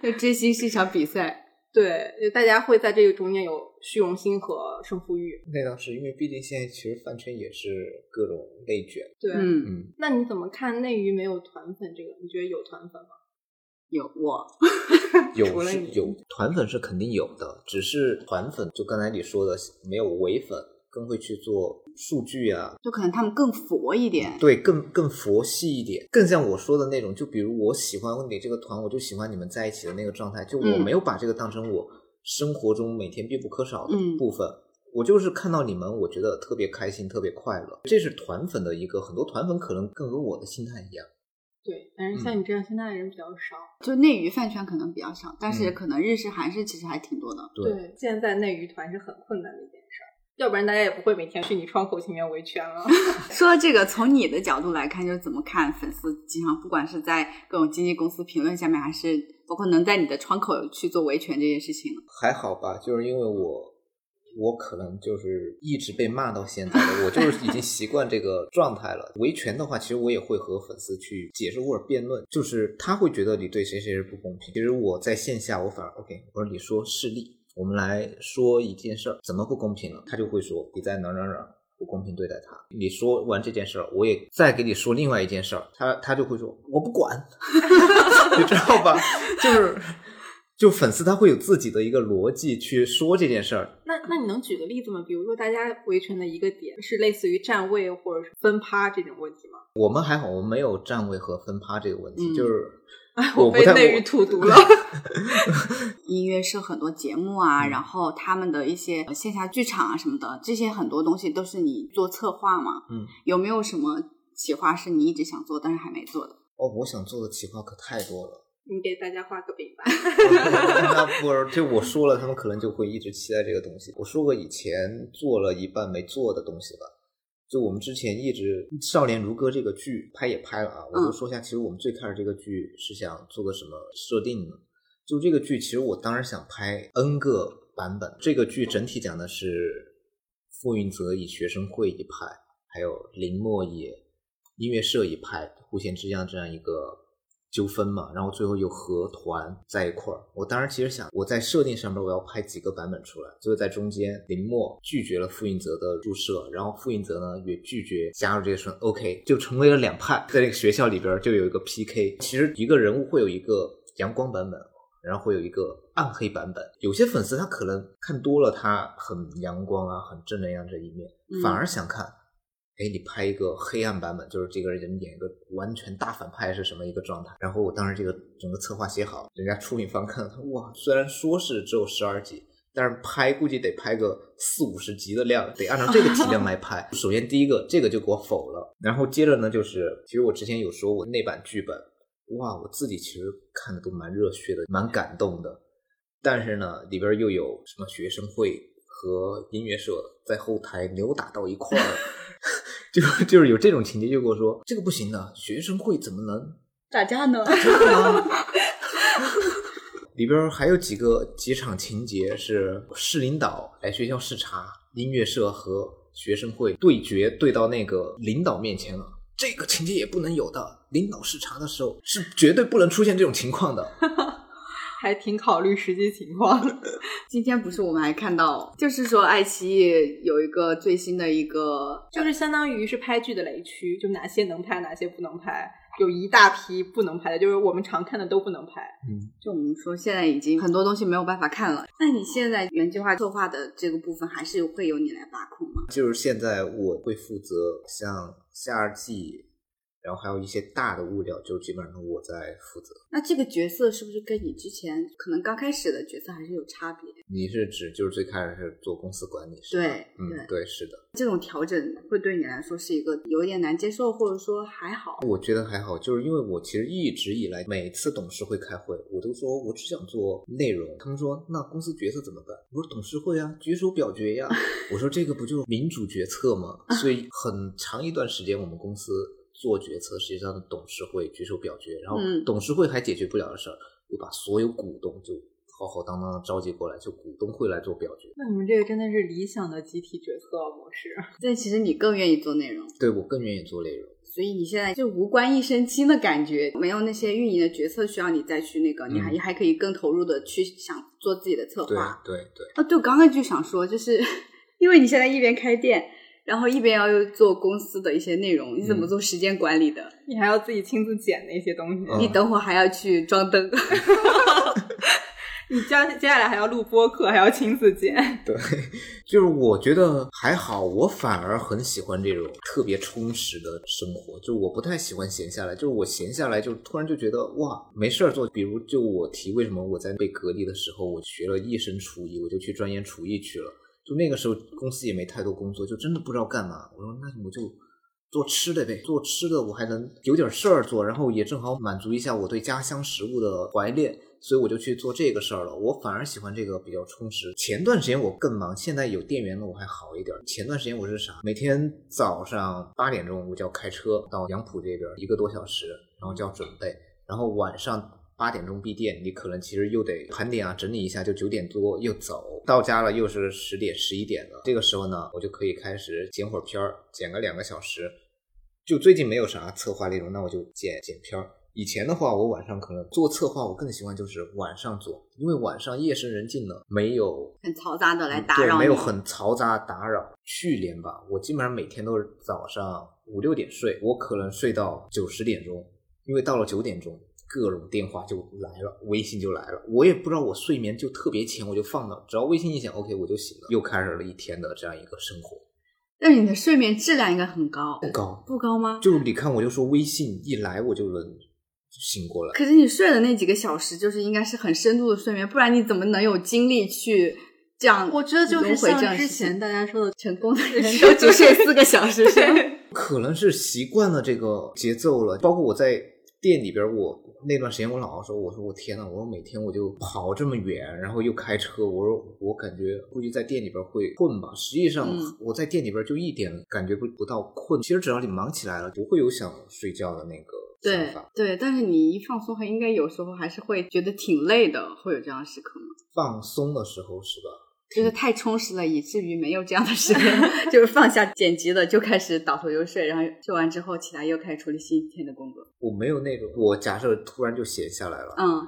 S5: 那追星是一场比赛，
S1: 对，就大家会在这个中间有虚荣心和胜负欲。
S3: 那倒是因为，毕竟现在其实饭圈也是各种内卷。
S1: 对，
S5: 嗯，
S3: 嗯，
S1: 那你怎么看内娱没有团粉这个？你觉得有团粉吗？
S5: 有我
S1: 除
S3: 有
S1: 了
S3: 是
S1: 你
S3: 有团粉是肯定有的，只是团粉就刚才你说的没有伪粉，更会去做数据啊，
S5: 就可能他们更佛一点，
S3: 对，更更佛系一点，更像我说的那种。就比如我喜欢你这个团，我就喜欢你们在一起的那个状态，就我
S5: 嗯
S3: 没有把这个当成我生活中每天必不可少的
S5: 嗯
S3: 部分。我就是看到你们，我觉得特别开心，特别快乐。这是团粉的一个，很多团粉可能更跟我的心态一样。
S1: 对，反正像你这样心态的人比较少。
S5: 就内娱饭圈可能比较少，但是
S3: 嗯
S5: 可能日式、韩式其实还挺多的。
S1: 对，现在内娱团是很困难的一件事儿，要不然大家也不会每天去你窗口前面围圈了。
S5: 说到这个，从你的角度来看，就是怎么看粉丝经常，不管是在各种经纪公司评论下面，还是包括能在你的窗口去做维权这件事情，
S3: 还好吧，就是因为我我可能就是一直被骂到现在了，我就是已 经习惯这个状态了。维权的话，其实我也会和粉丝去解释或者辩论，就是他会觉得你对谁谁是不公平。其实我在线下，我反而 OK，我说你说事例，我们来说一件事儿，怎么不公平了？他就会说你在哪儿哪儿哪儿。不公平对待他，你说完这件事儿，我也再给你说另外一件事儿，他他就会说我不管，你知道吧？就是就粉丝他会有自己的一个逻辑去说这件事儿。
S1: 那那你能举个例子吗？比如说大家维权的一个点是类似于站位或者是分趴这种问题吗？
S3: 我们还好，我们没有站位和分趴这个问题，
S5: 嗯
S3: 就是
S1: 哎我
S3: 不
S1: 被
S3: 太
S1: 内娱荼毒 了。
S5: 音乐社很多节目啊，然后他们的一些线下剧场啊什么的，这些很多东西都是你做策划嘛。
S3: 嗯，
S5: 有没有什么企划是你一直想做但是还没 做的？
S3: 哦，我想做的企划可太多了。
S1: 你给大家画个饼吧。
S3: 那不就我说了，他们可能就会一直期待这个东西。我说过以前做了一半没做的东西吧，就我们之前一直《少年如歌》这个剧拍也拍了啊，我就说一下，其实我们最开始这个剧是想做个什么设定呢？就这个剧，其实我当时想拍 N 个版本。这个剧整体讲的是傅云泽以学生会一派，还有林默以音乐社一派互相之间这样一个纠纷嘛，然后最后又和团在一块儿。我当时其实想，我在设定上面我要拍几个版本出来，就是在中间，林默拒绝了傅印泽的入社，然后傅印泽呢也拒绝加入这个社，OK，就成为了两派，在这个学校里边就有一个 PK。其实一个人物会有一个阳光版本。然后会有一个暗黑版本，有些粉丝他可能看多了他很阳光啊、很正能量这一面，
S5: 嗯
S3: 反而想看，哎，你拍一个黑暗版本，就是这个人演一个完全大反派是什么一个状态。然后我当时这个整个策划写好，人家出品方看了，他哇，虽然说是只有十二集，但是拍估计得拍个四五十集的量，得按照这个体量来拍。首先第一个，这个就给我否了。然后接着呢，就是其实我之前有说我那版剧本，哇，我自己其实看的都蛮热血的，蛮感动的。但是呢，里边又有什么学生会和音乐社在后台扭打到一块儿，就就是有这种情节，就跟我说这个不行啊，学生会怎么能
S5: 打架呢？
S3: 里边儿还有几个几场情节是市领导来学校视察，音乐社和学生会对决，对到那个领导面前了。这个情节也不能有的，领导视察的时候是绝对不能出现这种情况的。
S1: 还挺考虑实际情况的。
S5: 今天不是我们还看到，就是说爱奇艺有一个最新的一个，
S1: 就是相当于是拍剧的雷区，就哪些能拍，哪些不能拍，有一大批不能拍的，就是我们常看的都不能拍。
S5: 就我们说现在已经很多东西没有办法看了。那你现在原计划策划的这个部分还是会由你来把控吗？
S3: 就是现在我会负责像夏季，然后还有一些大的物料，就基本上我在负责。
S5: 那这个角色是不是跟你之前可能刚开始的角色还是有差别？
S3: 你是指就是最开始是做公司管理是吧？
S5: 对，
S3: 嗯，
S5: 对，
S3: 对，是的。
S5: 这种调整会对你来说是一个有点难接受，或者说还好。
S3: 我觉得还好，就是因为我其实一直以来每次董事会开会，我都说我只想做内容。他们说那公司决策怎么办？我说董事会啊，举手表决呀、 我说这个不就是民主决策吗？所以很长一段时间，我们公司做决策实际上是董事会举手表决，然后
S5: 嗯
S3: 董事会还解决不了的事儿，就把所有股东就浩浩荡荡地召集过来，就股东会来做表决。
S1: 那你们这个真的是理想的集体决策模式。
S5: 但其实你更愿意做内容，
S3: 对我更愿意做内容。
S5: 所以你现在就无关一身轻的感觉，没有那些运营的决策需要你再去那个，你还、
S3: 嗯
S5: 还可以更投入的去想做自己的策
S3: 对
S5: 划。
S3: 对对，
S5: 啊，对，我刚刚就想说，就是 因为你现在一边开店，然后一边要又做公司的一些内容，你怎么
S3: 嗯
S5: 做时间管理的？
S1: 你还要自己亲自剪那些东西，
S3: 嗯
S5: 你等会儿还要去 装灯。
S1: 你将接下来还要录播客，还要亲自剪。
S3: 对，就是我觉得还好，我反而很喜欢这种特别充实的生活。就我不太喜欢闲下来，就是我闲下来就突然就觉得哇没事儿做。比如就我提为什么我在被隔离的时候，我学了一身厨艺，我就去钻研厨艺去了。就那个时候公司也没太多工作，就真的不知道干嘛。我说那我就做吃的呗，做吃的我还能有点事儿做，然后也正好满足一下我对家乡食物的怀恋，所以我就去做这个事儿了。我反而喜欢这个比较充实。前段时间我更忙，现在有店员了我还好一点。前段时间我是啥？每天早上八点钟我就要开车到杨浦这边一个多小时，然后就要准备，然后晚上。八点钟闭店，你可能其实又得盘点啊，整理一下，就九点多又走，到家了又是十点十一点了。这个时候呢，我就可以开始剪会儿片儿，剪个两个小时，就最近没有啥策划内容，那我就剪剪片儿。以前的话，我晚上可能做策划，我更喜欢就是晚上做，因为晚上夜深人静了，没有
S5: 很嘈杂的来
S3: 嗯
S5: 打
S3: 对
S5: 扰你，
S3: 没有很嘈杂打扰。去年吧，我基本上每天都是早上五六点睡，我可能睡到九十点钟，因为到了九点钟，各种电话就来了，微信就来了，我也不知道我睡眠就特别浅，我就放那儿，只要微信一响，OK，我就醒了，又开始了一天的这样一个生活。
S5: 但是你的睡眠质量应该很高，
S3: 不高，
S5: 不高吗？
S3: 就你看，我就说微信一来我就能醒过来。
S5: 可是你睡的那几个小时，就是应该是很深度的睡眠，不然你怎么能有精力去这样？
S1: 我觉得就是
S5: 轮回这样
S1: 像
S5: 的
S1: 之
S5: 事情
S1: 前大家说的，
S5: 成 功的人都只睡四个小时，是吗？
S3: 可能是习惯了这个节奏了。包括我在店里边，我那段时间我姥姥说，我说我天呐，我说每天我就跑这么远，然后又开车，我说我感觉估计在店里边会困吧。实际上
S5: 嗯
S3: 我在店里边就一点感觉不不到困。其实只要你忙起来了，不会有想睡觉的那个
S5: 对
S3: 想法。
S5: 对，但是你一放松，还应该有时候还是会觉得挺累的，会有这样的时刻吗？
S3: 放松的时候是吧？
S5: 就是太充实了，以至于没有这样的时间， 就是放下剪辑的就开始倒头就睡，然后睡完之后起来又开始处理新一天的工作。
S3: 我没有那种，我假设突然就闲下来了，
S5: 嗯，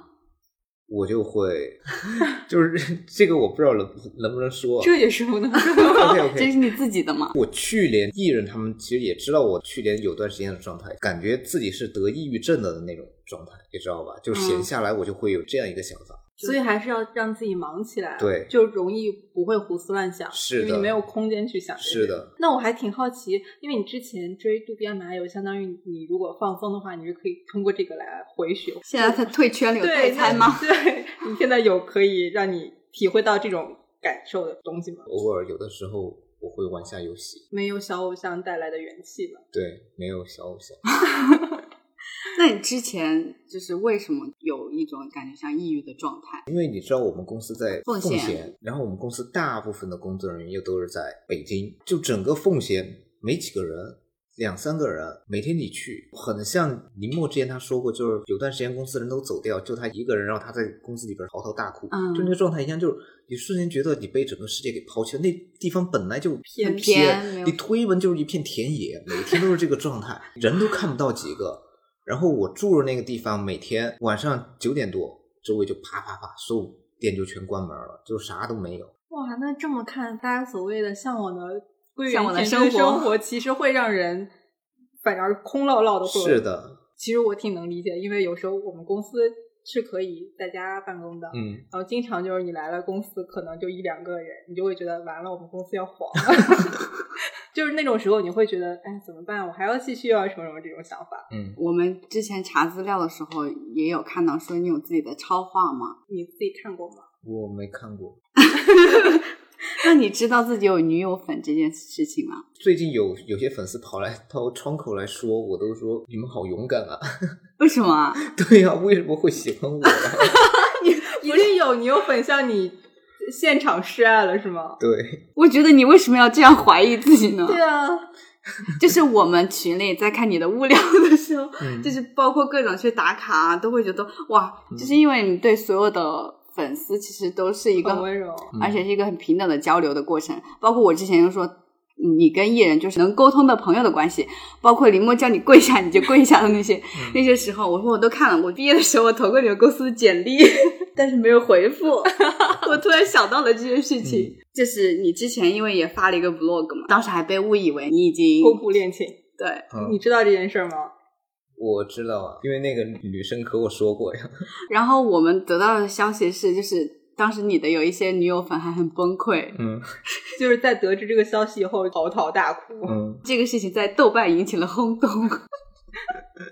S3: 我就会， 就是这个我不知道能能不能 说。
S1: 这也是我能
S3: OK
S5: 这
S3: OK，
S5: 是你自己的嘛？
S3: 我去年艺人他们其实也知道我去年有段时间的状态，感觉自己是得抑郁症的那种状态，你知道吧？就闲下来我就会有这样一个想法。
S1: 所以还是要让自己忙起来，啊
S3: 对
S1: 就容易不会胡思乱想，
S3: 是的
S1: 因为你没有空间去想。
S3: 是。的，
S1: 那我还挺好奇，因为你之前追渡边麻友，相当于你如果放松的话，你是可以通过这个来回血。
S5: 现在他退圈了，有代
S1: 对，
S5: 餐吗？
S1: 那？对，你现在有可以让你体会到这种感受的东西吗？
S3: 偶尔有的时候我会玩下游戏，
S1: 没有小偶像带来的元气吗？
S3: 对，没有小偶像。
S5: 那你之前就是为什么有一种感觉像抑郁的状态？
S3: 因为你知道我们公司在
S5: 奉
S3: 奉
S5: 贤
S3: 然后我们公司大部分的工作人员又都是在北京，就整个奉贤没几个人。两三个人，每天你去，很像林默之前他说过，就是有段时间公司人都走掉，就他一个人，然后他在公司里边嚎啕大哭，
S5: 嗯
S3: 就那个状态一样，就是你瞬间觉得你被整个世界给抛弃了，那地方本来就
S1: 偏
S5: 偏没
S3: 偏
S5: 有
S3: 你推门就是一片田野，每天都是这个状态，人都看不到几个，然后我住的那个地方，每天晚上九点多，周围就啪啪啪，所有店就全关门了，就啥都没有。
S1: 哇，那这么看，大家所谓的向往的归
S5: 向
S1: 园
S5: 往的
S1: 田
S5: 生
S1: 园
S5: 活
S1: 生活，其实会让人反而空落落的。
S3: 是。的，
S1: 其实我挺能理解，因为有时候我们公司是可以在家办公的，
S3: 嗯，
S1: 然后经常就是你来了公司，可能就一两个人，你就会觉得完了，我们公司要黄了。 就是那种时候，你会觉得，哎，怎么办？我还要继续啊，什么什么这种想法。
S3: 嗯
S5: 我们之前查资料的时候也有看到说你有自己的超话嘛？
S1: 你自己看 过吗？
S3: 我没看过。
S5: 那你知道自己有女友粉这件事情吗？
S3: 最近有有些粉丝跑来到窗口来说，我都说你们好勇敢啊！
S5: 为什么啊？
S3: 对呀、为什么会喜欢我啊呀？
S1: 一定有，你有粉向你现场示爱了是吗？
S3: 对，
S5: 我觉得你为什么要这样怀疑自己呢？
S1: 对啊，
S5: 就是我们群里在看你的物料的时候，
S3: 嗯
S5: 就是包括各种去打卡啊，都会觉得哇，就是因为你对所有的粉丝其实都是一个
S1: 很温柔。
S3: 嗯
S5: 而且是一个很平等的交流的过程。包括我之前就说，你跟艺人就是能沟通的朋友的关系，包括林墨叫你跪下你就跪下的那些、
S3: 嗯
S5: 那些时候，我说我都看了，我毕业的时候我投过你们公司的简历， 但是没有回复。 我突然想到了这件事
S3: 嗯
S5: 情，就是你之前因为也发了一个 vlog 嘛，当时还被误以为你已经
S1: 公布恋情，
S5: 对。
S3: 嗯
S1: 你知道这件事儿吗？
S3: 我知道啊，因为那个女生和我说过呀。
S5: 然后我们得到的消息是，就是当时你的有一些女友粉还很崩溃，
S3: 嗯
S1: 就是在得知这个消息以后嚎啕大哭。
S3: 嗯，
S5: 这个事情在豆瓣引起了轰动。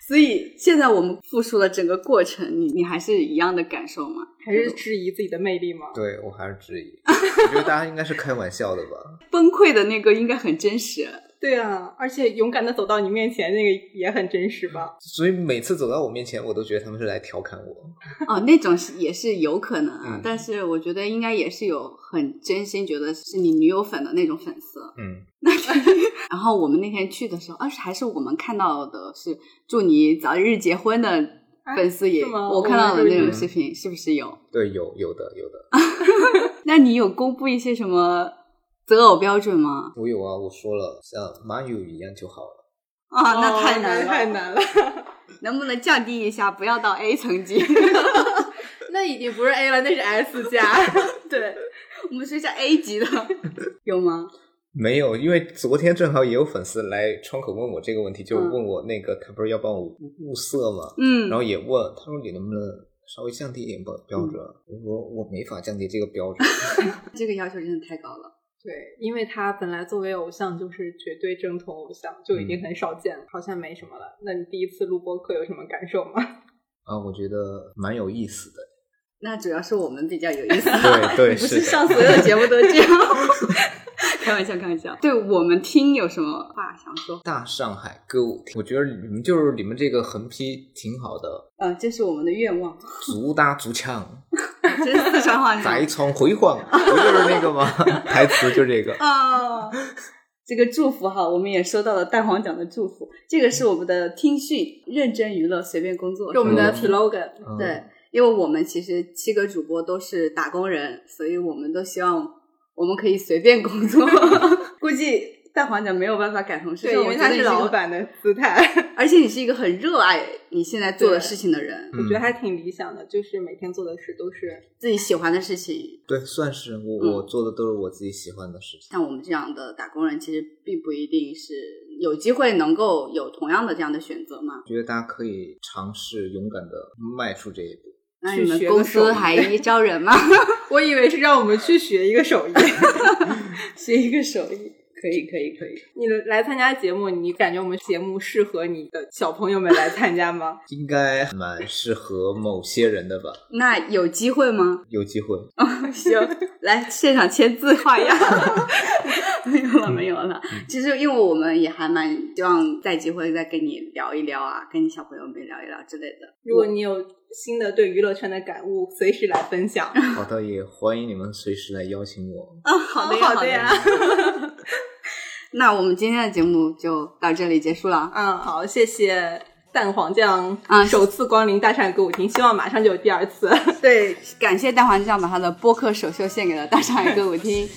S5: 所以现在我们复述了整个过程，你你还是一样的感受吗？
S1: 还是质疑自己的魅力吗？
S3: 对我还是质疑， 我觉得大家应该是开玩笑的吧？
S5: 崩溃的那个应该很真实。
S1: 对啊，而且勇敢的走到你面前，那个也很真实吧？
S3: 所以每次走到我面前，我都觉得他们是来调侃我。
S5: 哦，那种是也是有可能啊，
S3: 嗯
S5: 但是我觉得应该也是有很真心觉得是你女友粉的那种粉丝。
S3: 嗯，
S5: 然后我们那天去的时候，而、啊、且还是我们看到的是祝你早日结婚的粉丝也，
S1: 啊是吗
S5: 我看到的那
S1: 我
S5: 种
S3: 们
S5: 视频是不是有？
S3: 对，有有的有的，
S5: 那你有公布一些什么择偶标准吗？
S3: 我有啊，我说了，像马友一样就好了。
S5: 啊，那
S1: 哦
S5: 太难了，
S1: 太难了，
S5: 能不能降低一下，不要到 A 层级？
S1: 那已经不是 A 了，那是 S 加。对，
S5: 我们说一下 A 级 的，有吗？
S3: 没有，因为昨天正好也有粉丝来窗口问我这个问题，就
S5: 嗯
S3: 问我那个他不是要帮我物物色嘛，
S5: 嗯
S3: 然后也问他说你能不能稍微降低一点标标准？啊我说我没法降低这个标 准。
S5: 这个要求真的太高了。
S1: 对，因为他本来作为偶像就是绝对正统偶像，就已经很少见了，好像没什么了。那你第一次录播课有什么感受吗？
S3: 啊，我觉得蛮有意思的。
S5: 那主要是我们比较有意思，
S3: 对对
S5: 你不
S3: 是
S5: 是
S3: 的
S5: 上所有的节目都这样。 开玩笑，开玩笑。对我们听有什么话想说？
S3: 大上海歌舞厅，我觉得你们就是你们这个横批挺好的，
S5: 呃，这是我们的愿望，
S3: 足搭足腔。
S5: 这是四川话是
S3: 再
S5: 吗？
S3: 创辉煌，不就是那个吗？ 台词就这个。
S5: 哦，这个祝福哈，我们也收到了蛋黄奖的祝福。这个是我们的听讯，认真娱乐，随便工作，
S1: 是我们的
S3: 嗯
S1: slogan，
S3: 嗯
S5: 对，因为我们其实七个主播都是打工人，所以我们都希望我们可以随便 工作。 估计蛋黄酱没有办法感同身
S1: 对，
S5: 受，
S1: 因
S5: 我
S1: 为
S5: 觉
S1: 他
S5: 得
S1: 是
S5: 你个
S1: 老，板的姿态，
S5: 而且你是一个很热爱你现在做的事情的人，
S1: 我觉得还挺理想的，就是每天做的事都是
S5: 自己喜欢的事情。
S3: 对，算是我、
S5: 嗯
S3: 我做的都是我自己喜欢的事情。
S5: 像我们这样的打工人，其实并不一定是有机会能够有同样的这样的选择嘛。
S3: 觉得大家可以尝试勇敢的迈出这一步。
S5: 那
S1: 去
S5: 你们
S1: 学个
S5: 公
S1: 手
S5: 司
S1: 艺
S5: 还招人吗？
S1: 我以为是让我们去学一个手艺。
S5: 学一个手艺，可以，可以，可以。
S1: 你来参加节目，你感觉我们节目适合你的小朋友们来参加吗？
S3: 应该蛮适合某些人的吧，
S5: 那有机会吗？
S3: 有机 会。
S5: 行，来现场签字画押。 没有了，没有了。
S1: 嗯
S5: 其实，因为我们也还蛮希望再机会再跟你聊一聊啊，跟你小朋友们聊一聊之类的。
S1: 如果你有新的对娱乐圈的感悟，随时来分享。
S3: 好的，也欢迎你们随时来邀请我。
S5: 啊，好的呀，
S1: 好
S5: 的
S1: 呀。
S5: 那我们今天的节目就到这里结束了啊。
S1: 嗯，好，谢谢蛋黄酱
S5: 啊
S1: 首次光临大善歌舞厅，希望马上就有第二次。
S5: 对，感谢蛋黄酱把他的播客首秀献给了大上海 歌舞厅。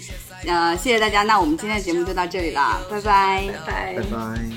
S5: 呃，谢谢大家，那我们今天的节目就到这里了，拜拜
S1: 拜
S3: 拜拜。